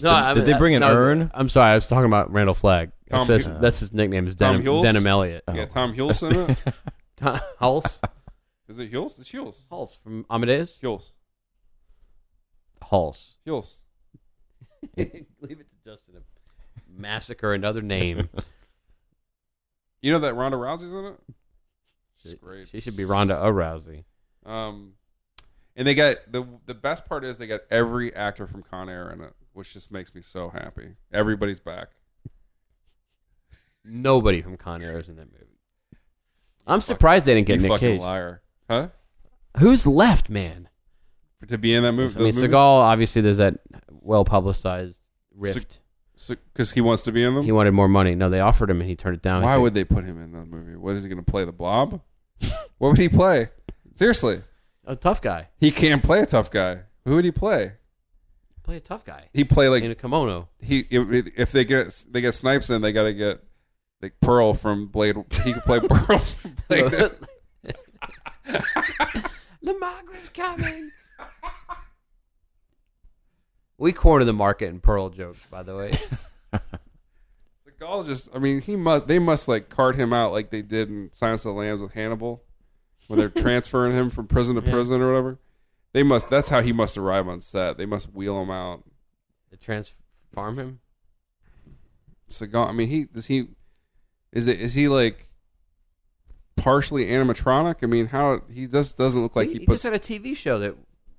No, Did- I did mean, they bring an no, urn? I'm sorry, I was talking about Randall Flagg. Tom That's, that's, Hulce? that's his nickname is Tom Denim, Hulce? Denim Elliott. Yeah, Oh. Tom Hulse in it? Tom- Hulse? Is it Hulse? It's Hulse. Hulse from Amadeus? Hulse. Hulse. Hulse. Leave it to Justin. to Massacre another name. You know that Ronda Rousey's in it? She's great. She should be Ronda Rousey. Um, and they got the the best part is they got every actor from Con Air in it, which just makes me so happy. Everybody's back. Nobody from Con Air is in that movie. I'm surprised they didn't get you Nick fucking Cage. liar, huh? Who's left, man? for, to be in that movie. I mean, Seagal obviously there's that well publicized rift. because he wants to be in them. he wanted more money. No, they offered him and he turned it down. He Why said, would they put him in the movie? What is he going to play? The Blob? what would he play? Seriously, a tough guy he can't play a tough guy. Who would he play? play a tough guy He play like in a kimono? he if if they get they get snipes in, they got to get like Pearl from Blade. He could play Pearl. From Blade. Lamagra's coming. We corner the market in pearl jokes, by the way. Seagal just, I mean, he must. They must like cart him out like they did in Silence of the Lambs with Hannibal, when they're transferring him from prison to Yeah. prison or whatever. They must. That's how he must arrive on set. They must wheel him out. They transform him. Seagal. I mean, he does he is it is he like partially animatronic? I mean, how he just doesn't look like he, he, he puts. just had a TV show that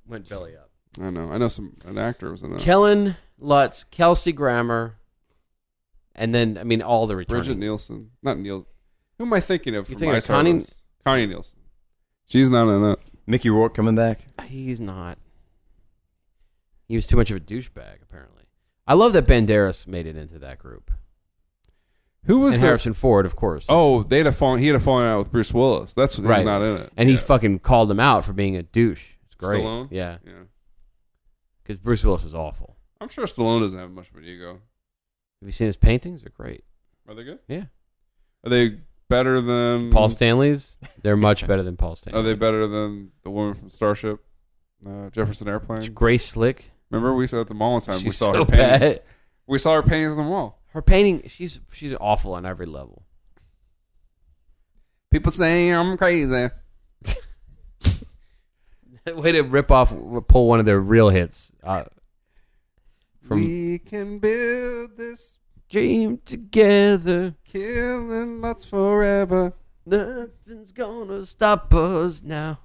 went belly up. I know. I know some an actor was in that. Kellen Lutz, Kelsey Grammer, and then I mean all the returning. Bridget Nielsen, not Niel. Who am I thinking of? You from thinking of Ice Heart Connie- West? Connie Nielsen. She's not in that. Mickey Rourke coming back. He's not. He was too much of a douchebag, apparently. I love that Banderas made it into that group. Who was and the? Harrison Ford, of course. Oh, they'd have fallen. He had a fallen out with Bruce Willis. That's he's Right. not in it. and he Yeah. fucking called him out for being a douche. It's great. Stallone? Yeah, yeah. because Bruce Willis is awful. I'm sure Stallone doesn't have much of an ego. Have you seen his paintings? They're great. Are they good? Yeah. Are they better than Paul Stanley's. They're much better than Paul Stanley. Are Mm-hmm. Oh, they better than the woman from Starship, uh, Jefferson Airplane? Grace Slick. Remember we saw at the mall one time. we She's saw so her paintings. bad. We saw her paintings on the wall. Her painting. She's she's awful on every level. People say I'm crazy. Way to rip off, pull one of their real hits. Uh, From- we can build this Dream together. killing lots forever. Nothing's gonna stop us now.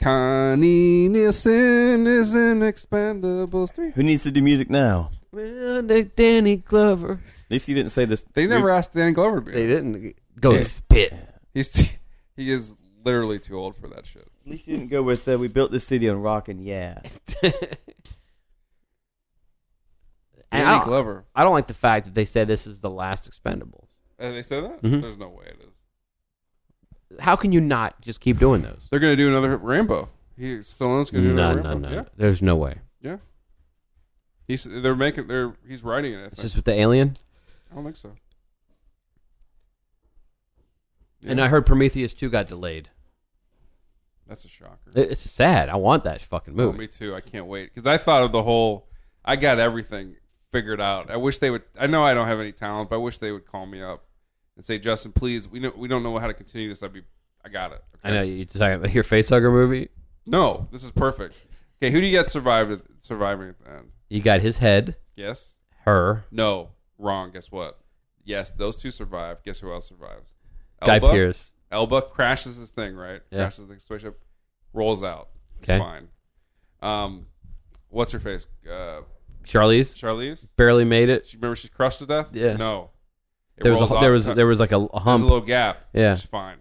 Connie Nielsen is in Expendables three. Who needs to do music now? Well, like Danny Glover. At least he didn't say this. They never asked Danny Glover to be. in They it. didn't go Yeah. spit. He's t- he is literally too old for that shit. At least he didn't go with. Uh, we built this city on rock and yeah. And Danny I- Glover. I don't like the fact that they said this is the last expendable. And Uh, they said that? Mhm. There's no way it is. How can you not just keep doing those? They're gonna do another Rambo. He Stallone's gonna do No, another no, Rambo. no. Yeah, There's no way. yeah. He's they're making they're he's writing it. I, It's think. just with the alien. I don't think so. And Yeah, I heard Prometheus 2 got delayed. that's a shocker. It- It's sad. I want that fucking Oh, movie. me too. I can't wait because I thought of the whole. I got everything figured out. I wish they would. I know I don't have any talent, but I wish they would call me up and say, Justin, please. We know we don't know how to continue this. I'd be. I got it. I know you're talking about your facehugger movie. No, this is perfect. Okay, who do you get survived at, surviving at the end? You got his head, Yes. her, No. Wrong. Guess what? Yes, those two survive. Guess who else survives? Guy Elba. Pierce. Elba crashes his thing, right? Yeah. Crashes the spaceship, rolls out. It's Okay. fine. Um, what's her face? Uh, Charlize Charlize. barely made it. She remember she's crushed to death. Yeah. No. It There was a, rolls off. there was there was like a, a There's hump. a little gap. Yeah. It's fine.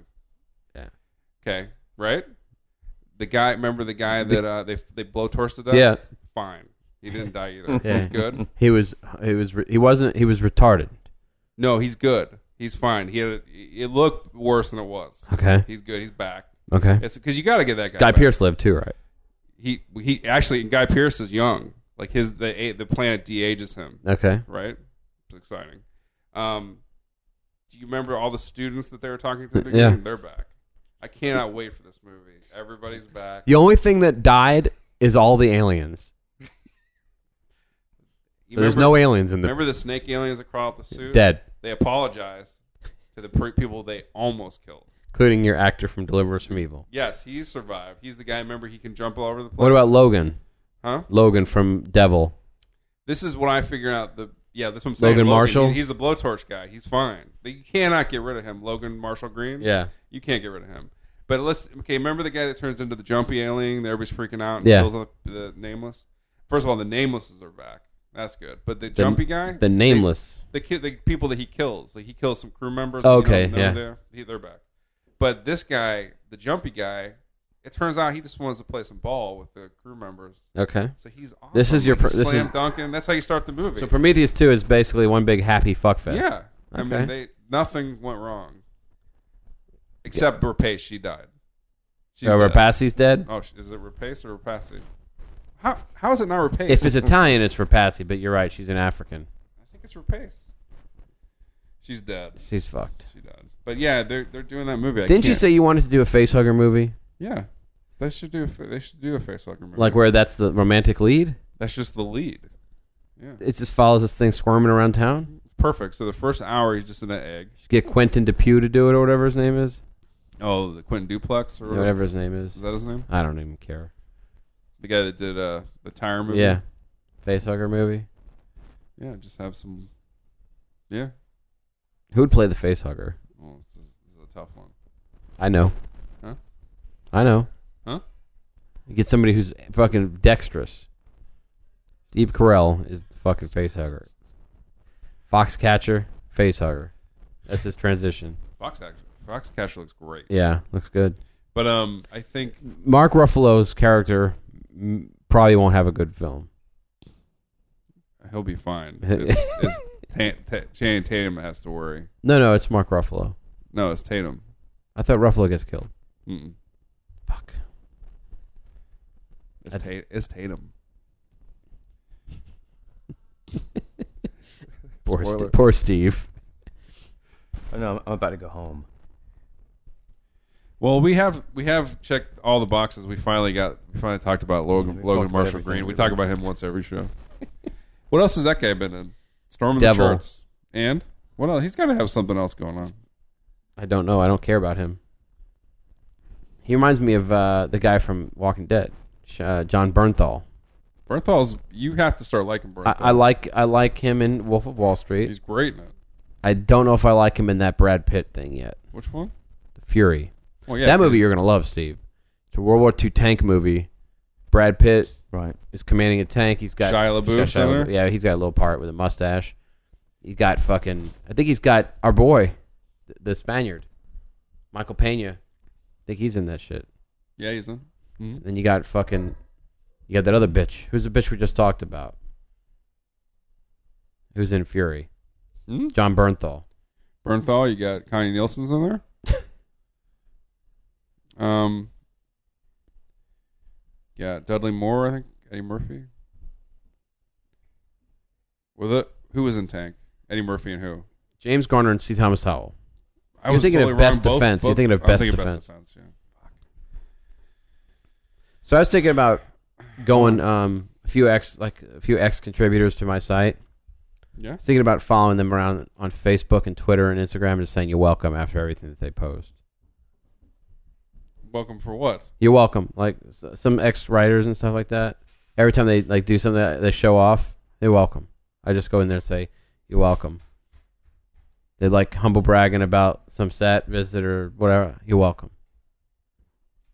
Yeah. Okay. Right. The guy. Remember the guy that uh, they they blow torch to death. yeah, Fine. He didn't die either. Yeah. He's good. he was he was re- he wasn't he was retarded. No, he's good. He's fine. He had a, it looked worse than it was. Okay, He's good. He's back. okay. It's because you got to get that guy. Guy back. Pierce lived too, right? He he actually Guy Pierce is young. Like his the a- the planet de ages him. Okay. Right. It's exciting. Um, do you remember all the students that they were talking to? At the Yeah. beginning? They're back. I cannot wait for this movie. Everybody's back. The only thing that died is all the aliens. You So there's remember- no aliens in the Remember the snake aliens that crawled out the suit? dead, They apologize to the pre- people they almost killed. including your actor from Deliver Us from Evil. Yes, he survived. He's the guy. Remember, he can jump all over the place. What about Logan? Huh? Logan from Devil. This is what I figured out. The yeah, that's what I'm saying. Logan Marshall? he- He's the blowtorch guy. He's fine. They- You cannot get rid of him. Logan Marshall Green. Yeah. you can't get rid of him. But let's okay. Remember the guy that turns into the jumpy alien? That everybody's freaking out. And Yeah. Kills the, the nameless. First of all, the namelesses are back. That's good. But the, jumpy guy, The nameless. Oh, the kid, the people that he kills, like he kills some crew members. Okay, you don't know yeah. they're, he- they're back. But this guy, the jumpy guy, It turns out he just wants to play some ball with the crew members. Okay. So he's awesome. This is your Like, pr- this slam is- dunking. That's how you start the movie. So Prometheus 2 is basically one big happy fuckfest. yeah, I Okay. mean, they nothing went wrong, except Rapace. She died. She's Or dead. Rapace's dead? Oh, sh- is it Rapace or Rapace? How how is it not Rapace? If it's Italian, it's Rapace, but you're right. She's an African. I think it's Rapace. She's dead. She's fucked. She died. But yeah, they're they're doing that movie. I Didn't you can't- say you wanted to do a facehugger movie? Yeah, they should do. a fa- They should do a facehugger movie. Like where that's the romantic lead? that's just the lead. Yeah, It just follows this thing squirming around town? perfect. So the first hour he's just in an egg. Get Quentin Depew to do it or whatever his name is? Oh, the Quentin Duplex or whatever. Whatever his name is. Is that his name? I don't even care. The guy that did uh, the tire movie. Yeah. Facehugger movie? yeah. Just have some. Yeah, Who would play the facehugger? well, this is, this is a tough one. I know. Huh? I know. Huh? You get somebody who's fucking dexterous. Steve Carell is the fucking face hugger. Foxcatcher, face hugger. That's his transition. Fox action. Fox Cash looks great. Yeah, looks good. But um, I think Mark Ruffalo's character mm, probably won't have a good film. he'll be fine. It's, it's Tan Ta- Channing Tatum that has to worry. No, no, it's Mark Ruffalo. No, it's Tatum. I thought Ruffalo gets killed. Mm-mm. Fuck. It's, Ta- it's Tatum. Poor, Spoiler. St- poor Steve. Oh, no, I'm- I'm about to go home. Well, we have we have checked all the boxes. We finally got we finally talked about Logan We've Logan talked about Marshall everything Green. We we've talk done. about him once every show. what else has that guy been in? Storm of Devil. the Charts. And what else? He's got to have something else going on. I don't know. I don't care about him. He reminds me of uh, the guy from Walking Dead, Sh- uh, John Bernthal. Bernthal's. You have to start liking Bernthal. I, I like I like him in Wolf of Wall Street. He's great in it. I don't know if I like him in that Brad Pitt thing yet. Which one? The Fury. Well, yeah, that movie 'cause- you're gonna love, Steve. It's a World War II tank movie. Brad Pitt Right. is commanding a tank. He's got Shia he's got LaBeouf's in Shia there? LaBeouf. Yeah, he's got a little part with a mustache. He got fucking. I think he's got our boy, th- the Spaniard, Michael Pena. I think he's in that shit. Yeah, he's in. Mhm. Then you got fucking, you got that other bitch. Who's the bitch we just talked about? Who's in Fury? Mhm. John Bernthal. Bernthal. You got Connie Nielsen's in there. um, yeah, Dudley Moore. I think Eddie Murphy. With it, who was in Tank? Eddie Murphy and who? James Garner and C. Thomas Howell. I You're thinking of Best Defense. You're thinking of I'm Best thinking Defense. yeah. So I was thinking about going um, a few ex like a few ex contributors to my site. Yeah. I was thinking about following them around on Facebook and Twitter and Instagram and just saying you're welcome after everything that they post. Welcome for what? You're welcome. Like s- some ex writers and stuff like that. Every time they like do something that they show off, they're welcome. I just go in there and say, "You're welcome." They like humble bragging about some sat visit or whatever. You're welcome.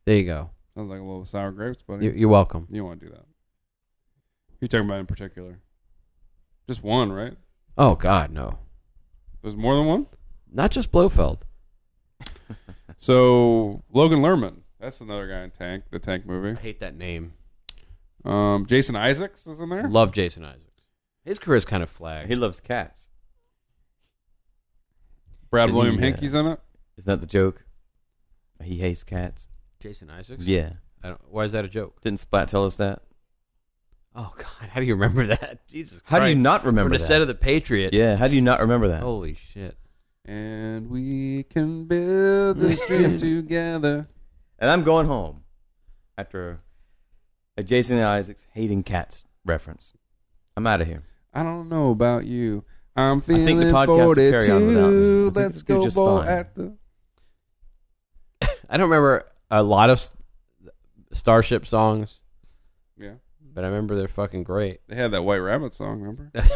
There you go. Sounds like a little sour grapes, buddy. You- You, You're welcome. don't want to do that. You're talking about in particular. Just one, right? Oh God, no! There's more than one. Not just Blofeld. So Logan Lerman, that's another guy in Tank, the Tank movie. I hate that name. Um, Jason Isaacs is in there. Love Jason Isaacs. His career's kind of flagged. He loves cats. Brad Did William he, uh, Hinkey's in it. Isn't that the joke? He hates cats. Jason Isaacs. Yeah. I don't, why is that a joke? Didn't Splat tell us that? Oh God, how do you remember that? Jesus. How do you Christ. not From remember the set that? of the Oh, Patriot. Yeah, how do you not remember that? Holy shit. And we can build this dream together. And I'm going home after a Jason Isaacs hating cats reference. I'm out of here. I don't know about you. I'm think the feeling podcast will carry on without me. I 42. think Let's it'll do go just ball fine. at the. I don't remember a lot of s- Starship songs, Yeah, but I remember they're fucking great. they had that White Rabbit song. Remember? That was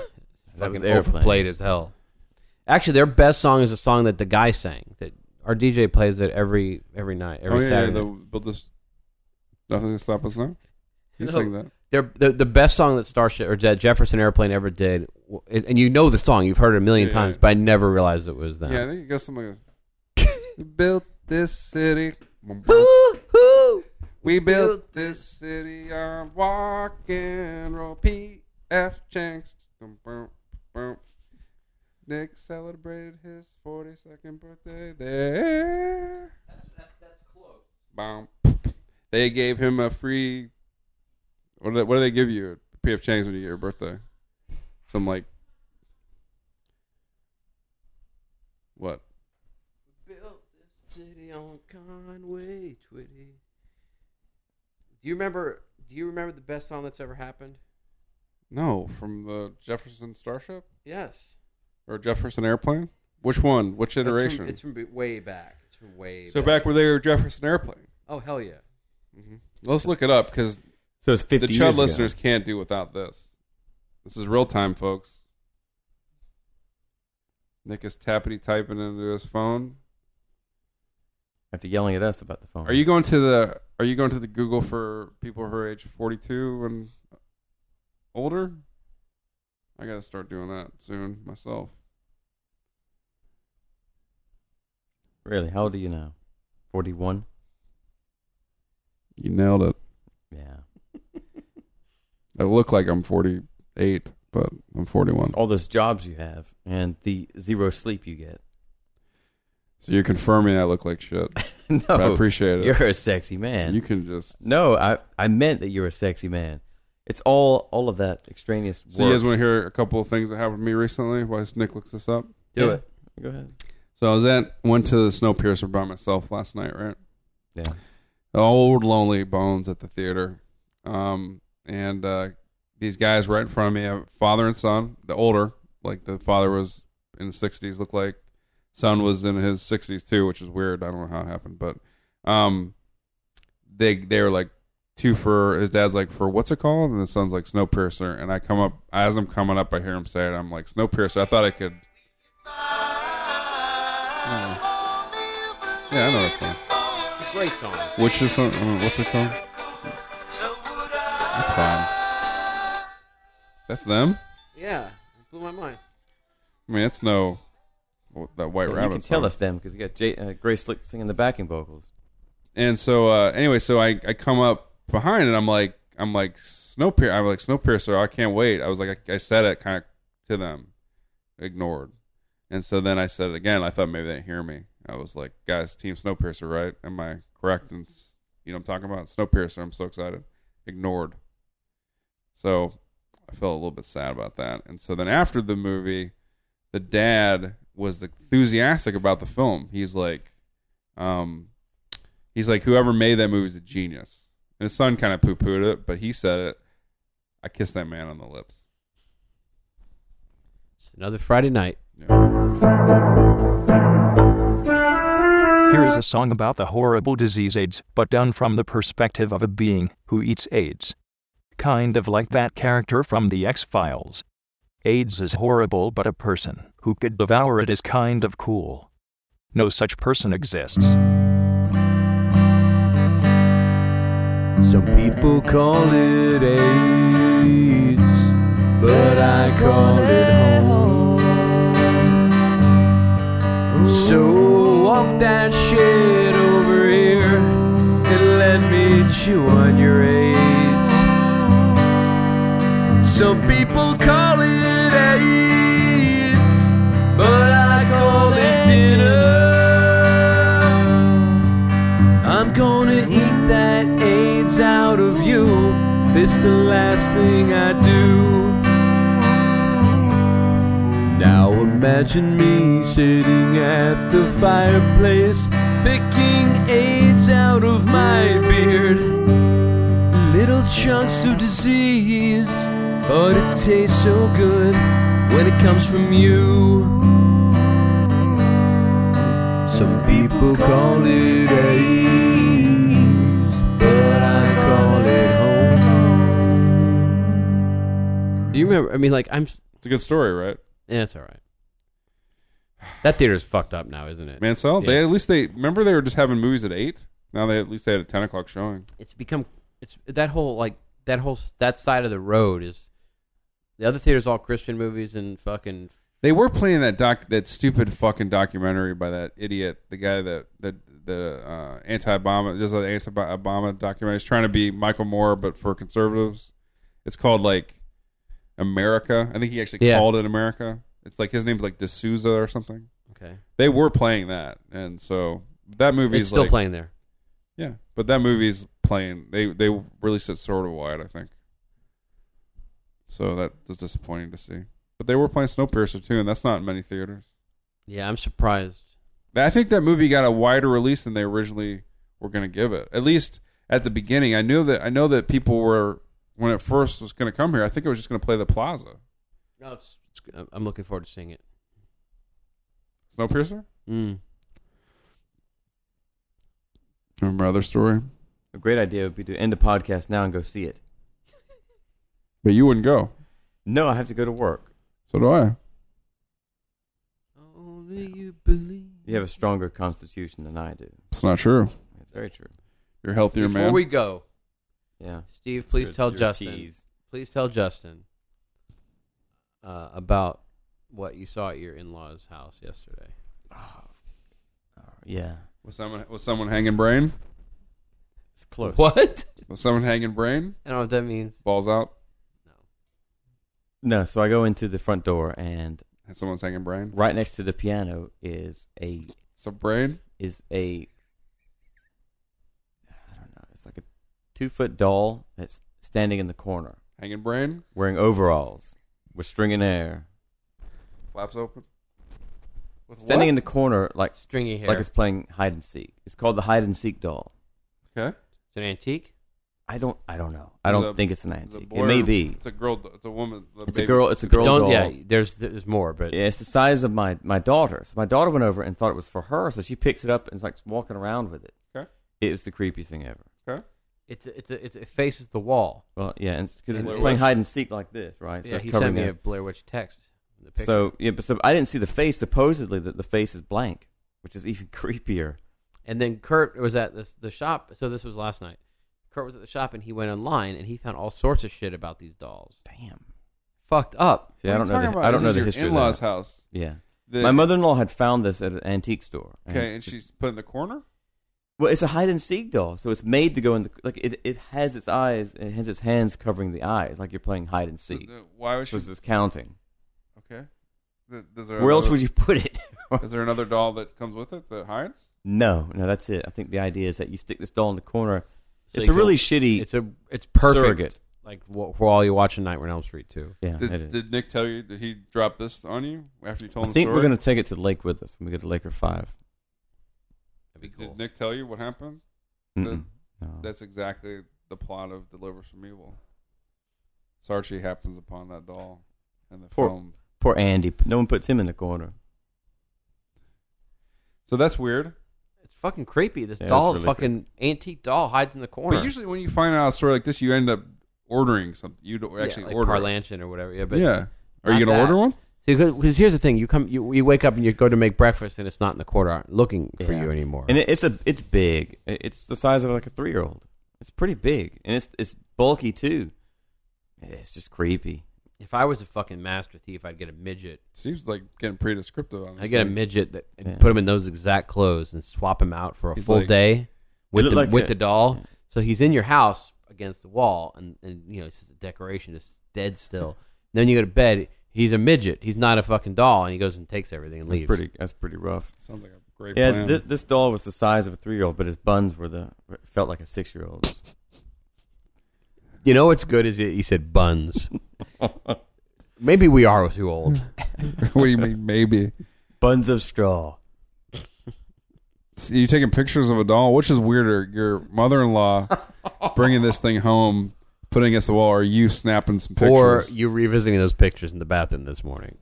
Fucking Airplane. overplayed as hell. Actually, their best song is a song that the guy sang. That our DJ plays it every every night, every oh yeah, Saturday. yeah the, but this nothing can stop us now. He No. sang that. Their, the the best song that Starship or that Jefferson Airplane ever did, w- and you know the song, you've heard it a million Yeah, times, yeah. but I never realized it was them. Yeah, I think it goes something like this. we built this city. Woo-hoo! We built this city on walk and roll. P.F. Changst. Dum, bum, bum. Nick celebrated his 42nd birthday there. That's, close. Bum. They gave him a free. What do they, what do they give you at P.F. Chang's when you get your birthday? Some like. What? Built this city on Conway Twitty. Do you remember? Do you remember the best song that's ever happened? No, from the Jefferson Starship? Yes. or Jefferson Airplane? Which one? Which That's from- iteration? It's from, b- way back. It's from way. so back where they were Jefferson Airplane. Oh hell yeah! Mm-hmm. Let's look it up because So it's the fifty. years Chud ago. listeners can't do without this. This is real time, folks. Nick is tappity typing into his phone. after yelling at us about the phone. Are you going to the Are you going to the Google for people who are age forty two and older? I got to start doing that soon myself. really? How old are you now? Forty-one. You nailed it. Yeah. I look like I'm forty eight, but I'm forty one. It's all those jobs you have and the zero sleep you get. So you're confirming I look like shit. no, But I appreciate it. Oh, you're a sexy man. You can just. no, I I meant that you're a sexy man. It's all all of that extraneous work. So you guys want to hear a couple of things that happened to me recently? While Nick looks this up. Do Yeah. it. Go ahead. So I was at went to the Snowpiercer by myself last night, right? Yeah. Old lonely bones at the theater, um, and uh, these guys right in front of me, uh, father and son. The older, like the father was in the '60s, looked like son was in his 60s too, which is weird. I don't know how it happened, but um, they they were like two for his dad's like for what's it called, and the son's like Snowpiercer. And I come up as I'm coming up, I hear him say it. I'm like Snowpiercer. I thought I could. Yeah, I know that song. Great song. Which is song? uh, What's it called? That's fine. That's them. Yeah, blew my mind. I mean, it's no that White Yeah, Rabbit. you can tell song. us them because you got Jay, uh, Grace Slick singing the backing vocals. and so uh, anyway, so I, I come up behind and I'm like I'm like Snowpiercer. I'm like Snowpiercer. I can't wait. I was like I, I said it kind of to them, ignored, and so then I said it again. I thought maybe they didn't hear me. I was like, guys, Team Snowpiercer, right? Am I correct? And s- you know what I'm talking about Snowpiercer. I'm so excited. Ignored. So I felt a little bit sad about that. And so then after the movie, the dad was enthusiastic about the film. He's like, um, he's like, whoever made that movie is a genius. And his son kind of poo pooed it, but he said it. I kissed that man on the lips. Just another Friday night. Yeah. Here is a song about the horrible disease AIDS, but done from the perspective of a being who eats AIDS. Kind of like that character from The X Files. AIDS is horrible, but a person who could devour it is kind of cool. No such person exists. Some people call it AIDS, but I call it home. So walk that shit over here and let me chew on your AIDS. Some people call it AIDS, but I call it dinner. I'm gonna eat that AIDS out of you. This the last thing I do. Now imagine me sitting at the fireplace, picking AIDS out of my beard. Little chunks of disease, but it tastes so good when it comes from you. Some people call it AIDS, but I call it home. Do you remember? I mean, like I'm. s- It's a good story, right? Yeah, it's all right. That theater's fucked up now, isn't it? Mansell. "Oh, They Yeah. at least they remember they were just having movies at eight. Now they at least they had a ten o'clock showing. It's become. It's that whole like that whole s- that side of the road is. The other theater's all Christian movies and fucking. They were playing that doc, that stupid fucking documentary by that idiot, the guy that that the uh, anti-Obama. There's an anti-Obama documentary. It's trying to be Michael Moore, but for conservatives. It's called like America. I think he actually Yeah. called it America. It's like his name's like D'Souza or something. Okay. They were playing that, and so that movie It's still like, playing there. Yeah, but that movie's playing. They they released it sort of wide, I think. So that was disappointing to see. But they were playing Snowpiercer too, and that's not in many theaters. Yeah, I'm surprised. I think that movie got a wider release than they originally were going to give it. At least at the beginning, I knew that I know that people were when it first was going to come here. I think it was just going to play the Plaza No, it's, it's, I'm looking forward to seeing it. Snowpiercer. Mm. Remember other story, A great idea would be to end the podcast now and go see it. but you wouldn't go. No, I have to go to work. So do I. Only you believe. You have a stronger constitution than I do. It's not true. That's very true. You're a healthier, Before man. we go, Yeah. Steve, please Your- tell your Justin. tease. Please tell Justin uh, about what you saw at your in-laws' house yesterday. Oh, Yeah. was someone was someone hanging brain? It's close. What? Was someone hanging brain? I don't know what that means. Balls out. No, so I go into the front door and And someone's hanging brain. right next to the piano is a It's a brain. is a I don't know, it's like a two foot doll that's standing in the corner Hanging brain. wearing overalls with string in hair. Flaps open. With Standing what? in the corner like Stringy hair. like it's playing hide and seek. It's called the hide and seek doll. okay. it's an antique. I don't I don't know. I It's don't a- think it's an It's a antique. boy it may or- be. It's a girl. It's a woman. the It's a baby. girl it's a girl don't. doll. Yeah. There's there's more, but Yeah, it's the size of my my daughter. So my daughter went over and thought it was for her, so she picks it up and is like walking around with it. Okay. It was the creepiest thing ever. Okay. it's it's, it's it faces the wall. Well, yeah, and because And it's, Blair playing Witch. hide and seek like this, right? yeah, it's he sent covering me a it. Blair Witch text. The picture. So yeah, but so I didn't see the face. Supposedly, that the face is blank, which is even creepier. And then Kurt was at this, the shop. So this was last night. Kurt was at the shop and he went online and he found all sorts of shit about these dolls. Damn. Fucked up. See, What I are don't you know. talking The, about? I This don't know is the your history. of In-laws' that. house. Yeah. The- my mother-in-law had found this at an antique store. Okay, and she's put in the corner. well, it's a hide and seek doll, so it's made to go in the like. It, it has its eyes. It has its hands covering the eyes, like you're playing hide and So, seek. uh, why was she? So it's just counting. Okay. Th- is there Where else another- would you put it? Is there another doll that comes with it that hides? no, no, that's it. I think the idea is that you stick this doll in the corner. So it's you a can- really shitty. It's a it's perfect. surrogate. Like wh- for all you watching Nightmare on Elm Street too. yeah, it Did, is. did Nick tell you? Did he drop this on you after you told I him? think the we're story? gonna take it to the lake with us when we go to Laker Five. That'd be Did cool. Nick tell you what happened? Mm-mm. No. That's exactly the plot of Deliver from Evil. Sarchi happens upon that doll, and the Poor- film. Poor Andy. No one puts him in the corner. So that's weird. It's fucking creepy. This Yeah, it's doll, really fucking antique doll, hides in the corner. But usually, when you find out a story like this, you end up ordering something. You don't Yeah, actually like order. it. Parlanchin or whatever. Yeah, but yeah. Are not you gonna that. order one? because here's the thing: you come, you, you wake up and you go to make breakfast, and it's not in the corner looking for Yeah. you anymore. And it, it's a it's big. It- It's the size of like a three year old. It's pretty big, and it's it's bulky too. It's just creepy. if I was a fucking master thief, I'd get a midget. Seems like getting pretty descriptive on this. I get a thing. midget that and Yeah. put him in those exact clothes and swap him out for a He's full like- day with look the, like with a- the doll. yeah. So he's in your house against the wall, and, and you know it's just a decoration, just dead still. then you go to bed. He's a midget. He's not a fucking doll, and he goes and takes everything and That's leaves. pretty. That's pretty rough. Sounds like a great Yeah, plan. th- this doll was the size of a three year old, but his buns were the felt like a six year old's. You know what's good is he he said buns. Maybe we are too old. what do you mean? Maybe buns of straw. So you taking pictures of a doll. Which is weirder, your mother-in-law bringing this thing home, putting it against the wall, or you snapping some pictures? Or you revisiting those pictures in the bathroom this morning.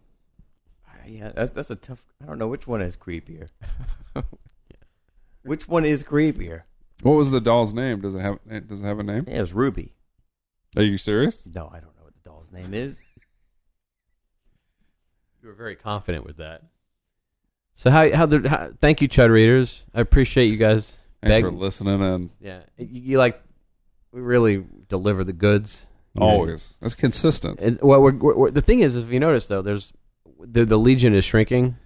Ah, Yeah, that's that's a tough. I don't know which one is creepier. which one is creepier? what was the doll's name? Does it have? it- Does it have a name? Yeah, it's Ruby. Are you serious? No, I don't know what the doll's name is. You were very confident with that. So how how the how, thank you, Chud readers. I appreciate you guys. Thanks Beg- for listening and Yeah, you, you like we really deliver the goods. always. That's consistent. And what we're, we're, the thing is, if you notice though, there's the the legion is shrinking.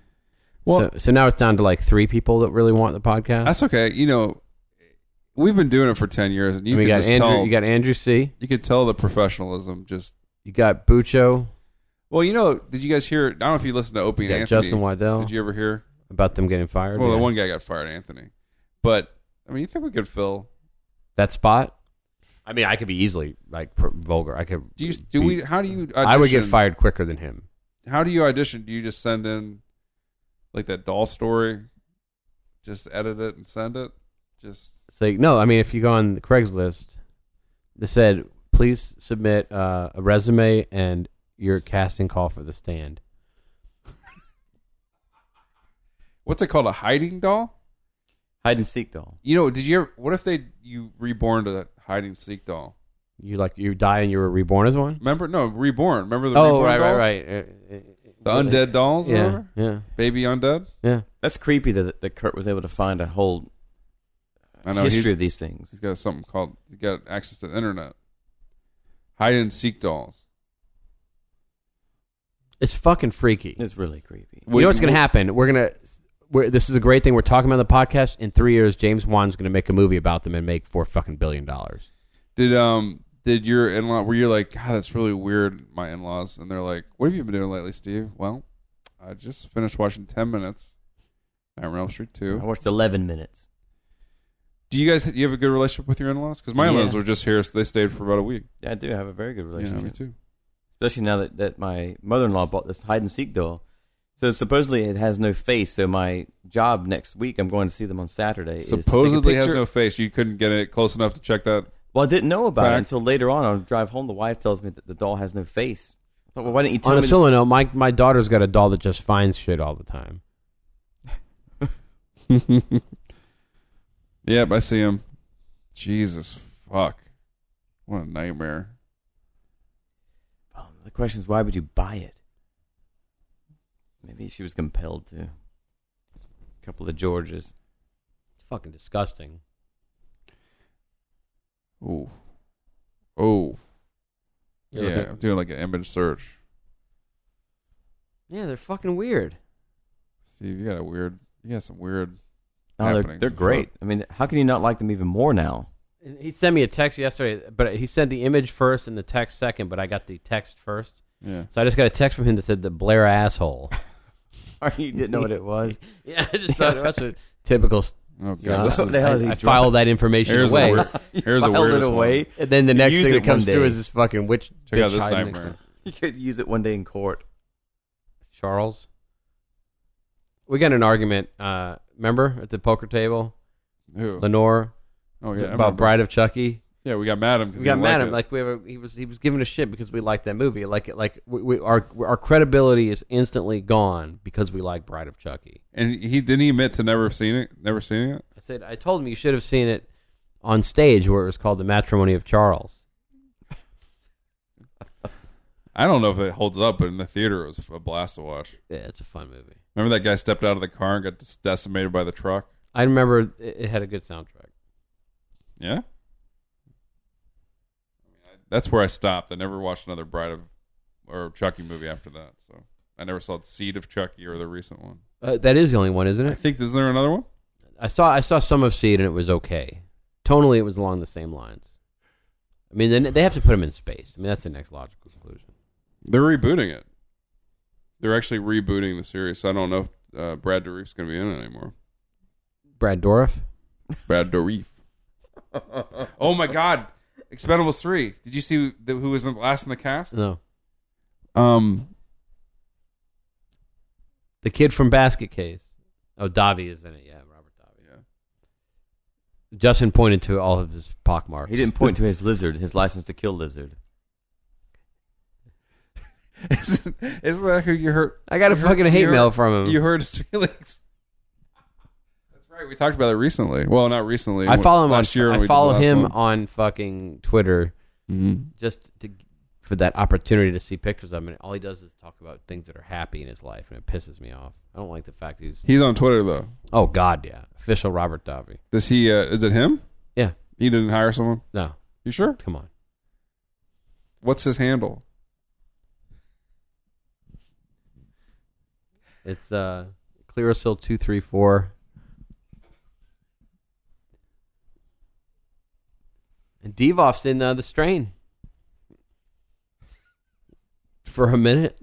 Well- so, so now it's down to like three people that really want the podcast. That's okay. You know, we've been doing it for ten years, and you And we can got just Andrew. tell. You got Andrew C. you can tell the professionalism. Just You got Bucho. well, you know. Did you guys hear? I don't know if you listened to Opie You and got Anthony. Justin Waddell Did you ever hear? about them getting fired. Well, Yeah. the one guy got fired, Anthony. But I mean, you think we could fill? that spot. I mean, I could be easily like pr- vulgar. I could. Do you? Do be- we? How do you? Audition? I would get fired quicker than him. How do you audition? Do you just send in like that doll story? Just edit it and send it. Just It's like no. I mean, if you go on Craigslist, they said please submit uh, a resume and your casting call for the stand. what's it called? A hiding doll? Hide and seek doll. You know? Did you? Ever, what if they you reborn a hide and seek doll? You like you die and you were reborn as one. Remember? No, reborn. Remember the Oh reborn right, right, dolls? right, Uh, uh, The undead dolls. or Yeah, whatever? yeah, Baby undead. yeah. That's creepy that, that Kurt was able to find a whole I know he's- history of these things. He's got something called he's got access to the internet. Hide and seek dolls. It's fucking freaky. It's really creepy. you Would- know what's going would- to happen? We're going to. We're, this is a great thing we're talking about on the podcast. In three years, James Wan's going to make a movie about them and make four fucking billion dollars. Did um did your in law were you like, God, that's really weird, my in laws and they're like, What have you been doing lately, Steve? Well, I just finished watching ten minutes. Nightmare on Elm Street I two. watched 11 minutes. Do you guys do you have a good relationship with your in laws? Because my in laws Yeah. were just here, so they stayed for about a week. Yeah, I do have a very good Yeah, relationship. me too. Especially now that, that my mother in law bought this hide and seek doll. So supposedly it has no face. So my job next week, I'm going to see them on Saturday. is to take a Supposedly has picture- no face. You couldn't get it close enough to check that. Well, I didn't know about it Fact. until later on. On the drive home, the wife tells me that the doll has no face. I thought, well, why didn't you tell On a me? solo note, my, my daughter's got a doll that just finds shit all the time. Yep, I see him. Jesus fuck. What a nightmare. this? Um, the question is, why would you buy it? Maybe she was compelled to. A couple of Georges. It's fucking disgusting. Oh. Oh. Yeah, Yeah, okay. I'm doing like an image search. Yeah, they're fucking weird. Steve, you got a weird you got some weird Oh, No, they're, Happenings. they're great. I mean, how can you not like them even more now? And He sent me a text yesterday, but he sent the image first and the text second, but I got the text first. Yeah. So I just got a text from him that said the Blair asshole. you didn't know what it was. yeah, I just thought that's a typical. Oh god. Yeah. this What the is, hell is I, he I filed that information here's away. a weird You here's a filed weirdest it one. away. And then the You next use thing that it one comes through day. is this fucking witch. Check out bitch this hiding in- nightmare. You could use it one day in court. Charles. We got in an argument. Uh, remember at the poker table, Who? Lenore Oh yeah. I about remember. Bride of Chucky. Yeah, we got mad at him We 'cause he got didn't mad at him. it. Like we were, he was he was giving a shit because we liked that movie. Like like we, we our our credibility is instantly gone because we like Bride of Chucky. and he didn't he admit to never have seen it, never seeing it. I said I told him you should have seen it on stage where it was called the Matrimony of Charles. I don't know if it holds up, but in the theater it was a blast to watch. Yeah, it's a fun movie. Remember that guy stepped out of the car and got dis- decimated by the truck? I remember it, it had a good soundtrack. Yeah. That's where I stopped. I never watched another Bride of or Chucky movie after that. So I never saw Seed of Chucky or the recent one. Uh, that is the only one, isn't I it? think is there another one? I saw I saw some of Seed and it was okay. Tonally, it was along the same lines. I mean, then they have to put him in space. I mean, that's the next logical conclusion. They're rebooting it. They're actually rebooting the series. So I don't know if uh, Brad Dourif's going to be in it anymore. Brad Dorff. Brad Dourif. oh my God! Expendables three. Did you see the, who was in, last in the cast? No, Um, the kid from Basket Case. Oh, Davi is in it. Yeah, Robert Davi. yeah. Justin pointed to all of his pockmarks. He didn't point to his lizard, his license to kill lizard. isn't, isn't that who you heard? I got a you heard- fucking hate you heard- mail from him. You heard his feelings. That's right. We talked about it recently. Well, not recently. I follow him on. last year. when I we did follow the last him one. on fucking Twitter Mhm. just to, for that opportunity to see pictures of him. And all he does is talk about things that are happy in his life, and it pisses me off. I don't like the fact he's. He's on Twitter though. Oh God, yeah, official Robert Davi. Does he? Uh, is it him? Yeah. He didn't hire someone. No, You sure? come on. What's his handle? It's uh Clearasil two three four. And Devoff's in uh, the strain for a minute.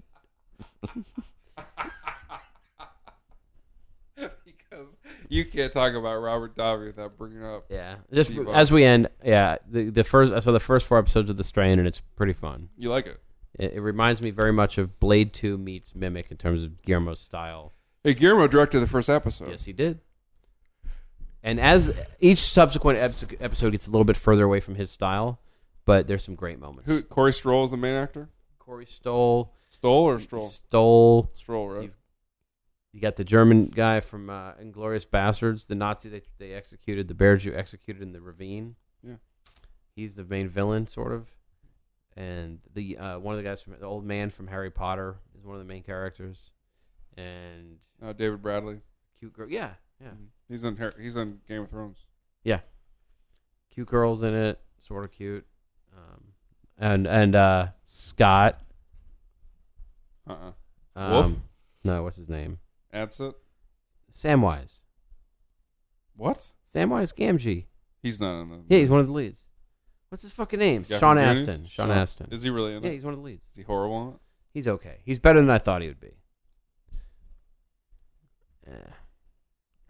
because you can't talk about Robert Davi without bringing up. Yeah, just Devoff. as we end. Yeah, the, the first I saw the first four episodes of the strain, and it's pretty fun. You like it? It, it reminds me very much of Blade Two meets Mimic in terms of Guillermo's style. Hey, Guillermo directed the first episode. Yes, he did. And as each subsequent epi- episode gets a little bit further away from his style, but there's some great moments. Who? Corey Stroll is the main actor. Corey Stoll, Stoll or Stroll? Stoll. Stroll, right? You've- You got the German guy from uh, Inglorious Bastards, the Nazi they, they executed, the bear Jew executed in the ravine. Yeah. He's the main villain, sort of. And the uh, one of the guys from the old man from Harry Potter is one of the main characters. And Uh, David Bradley. Mm-hmm. cute girl, yeah, yeah. He's on. Har- He's on Game of Thrones. cute girls in it, sort of cute. Um, and and uh, Scott. Uh. uh Um, Wolf? No, what's his name? That's it. Samwise. What? Samwise Gamgee. He's not in the. Yeah, he's one of the leads. What's his fucking name? Guy Sean from Goonies? Astin. Sean Astin. Is he really in yeah, it? he's one of the leads. Is he horrible in it? He's okay. He's better than I thought he would be. Eh, Yeah.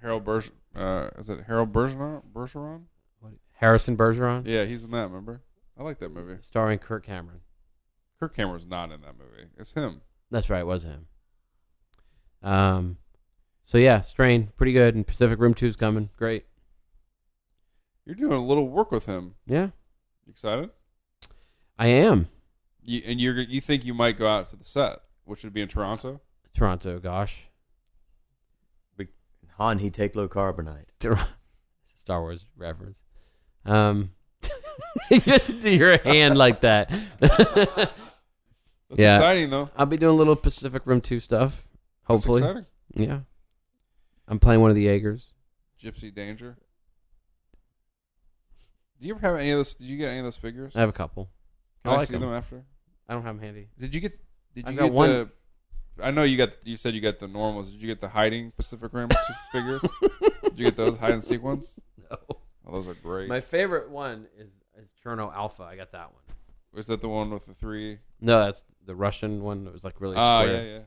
Harold Bergeron. Uh, is it Harold Bergeron? Bergeron? What, Harrison Bergeron, Yeah, he's in that. Remember? I like that movie. starring Kirk Cameron. Kirk Cameron's not in that movie. It's him. That's right, it was him. Um, so yeah, Strain, pretty good. And Pacific Rim 2's coming. Great. You're doing a little work with him. Yeah, You excited? I am. You, and you you think you might go out to the set, which would be in Toronto? Toronto, gosh. Han, he take low carbonite. Tor- Star Wars reference. Um, you have to do your hand like that. That's Yeah. exciting though. I'll be doing a little Pacific Rim 2 stuff, That's hopefully. exciting. Yeah. I'm playing one of the Jaegers. Gypsy Danger. Do you ever have any of those? Did you get any of those figures? I have a couple. Can I I, like see them. them. after? I don't have them handy. Did you get? Did I've you got get one- the? I know you got. You said you got the normals. Did you get the hiding Pacific Rim figures? Did you get those hide and seek ones? No. Oh, those are great. My favorite one is, is Cherno Alpha. I got that one. Is that the one with the three? No, that's the Russian one that was like really Ah, square. yeah, yeah.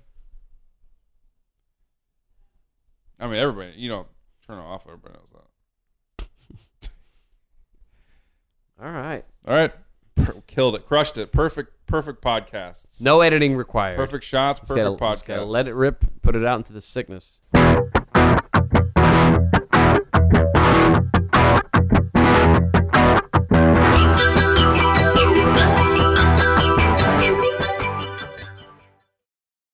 I mean, everybody. You know, turn it off. Everybody knows that. All right. All right, Per- killed it, crushed it. Perfect, perfect podcasts. No editing required. perfect shots. Just gotta- Perfect podcasts. just gotta let it rip, put it out into the sickness.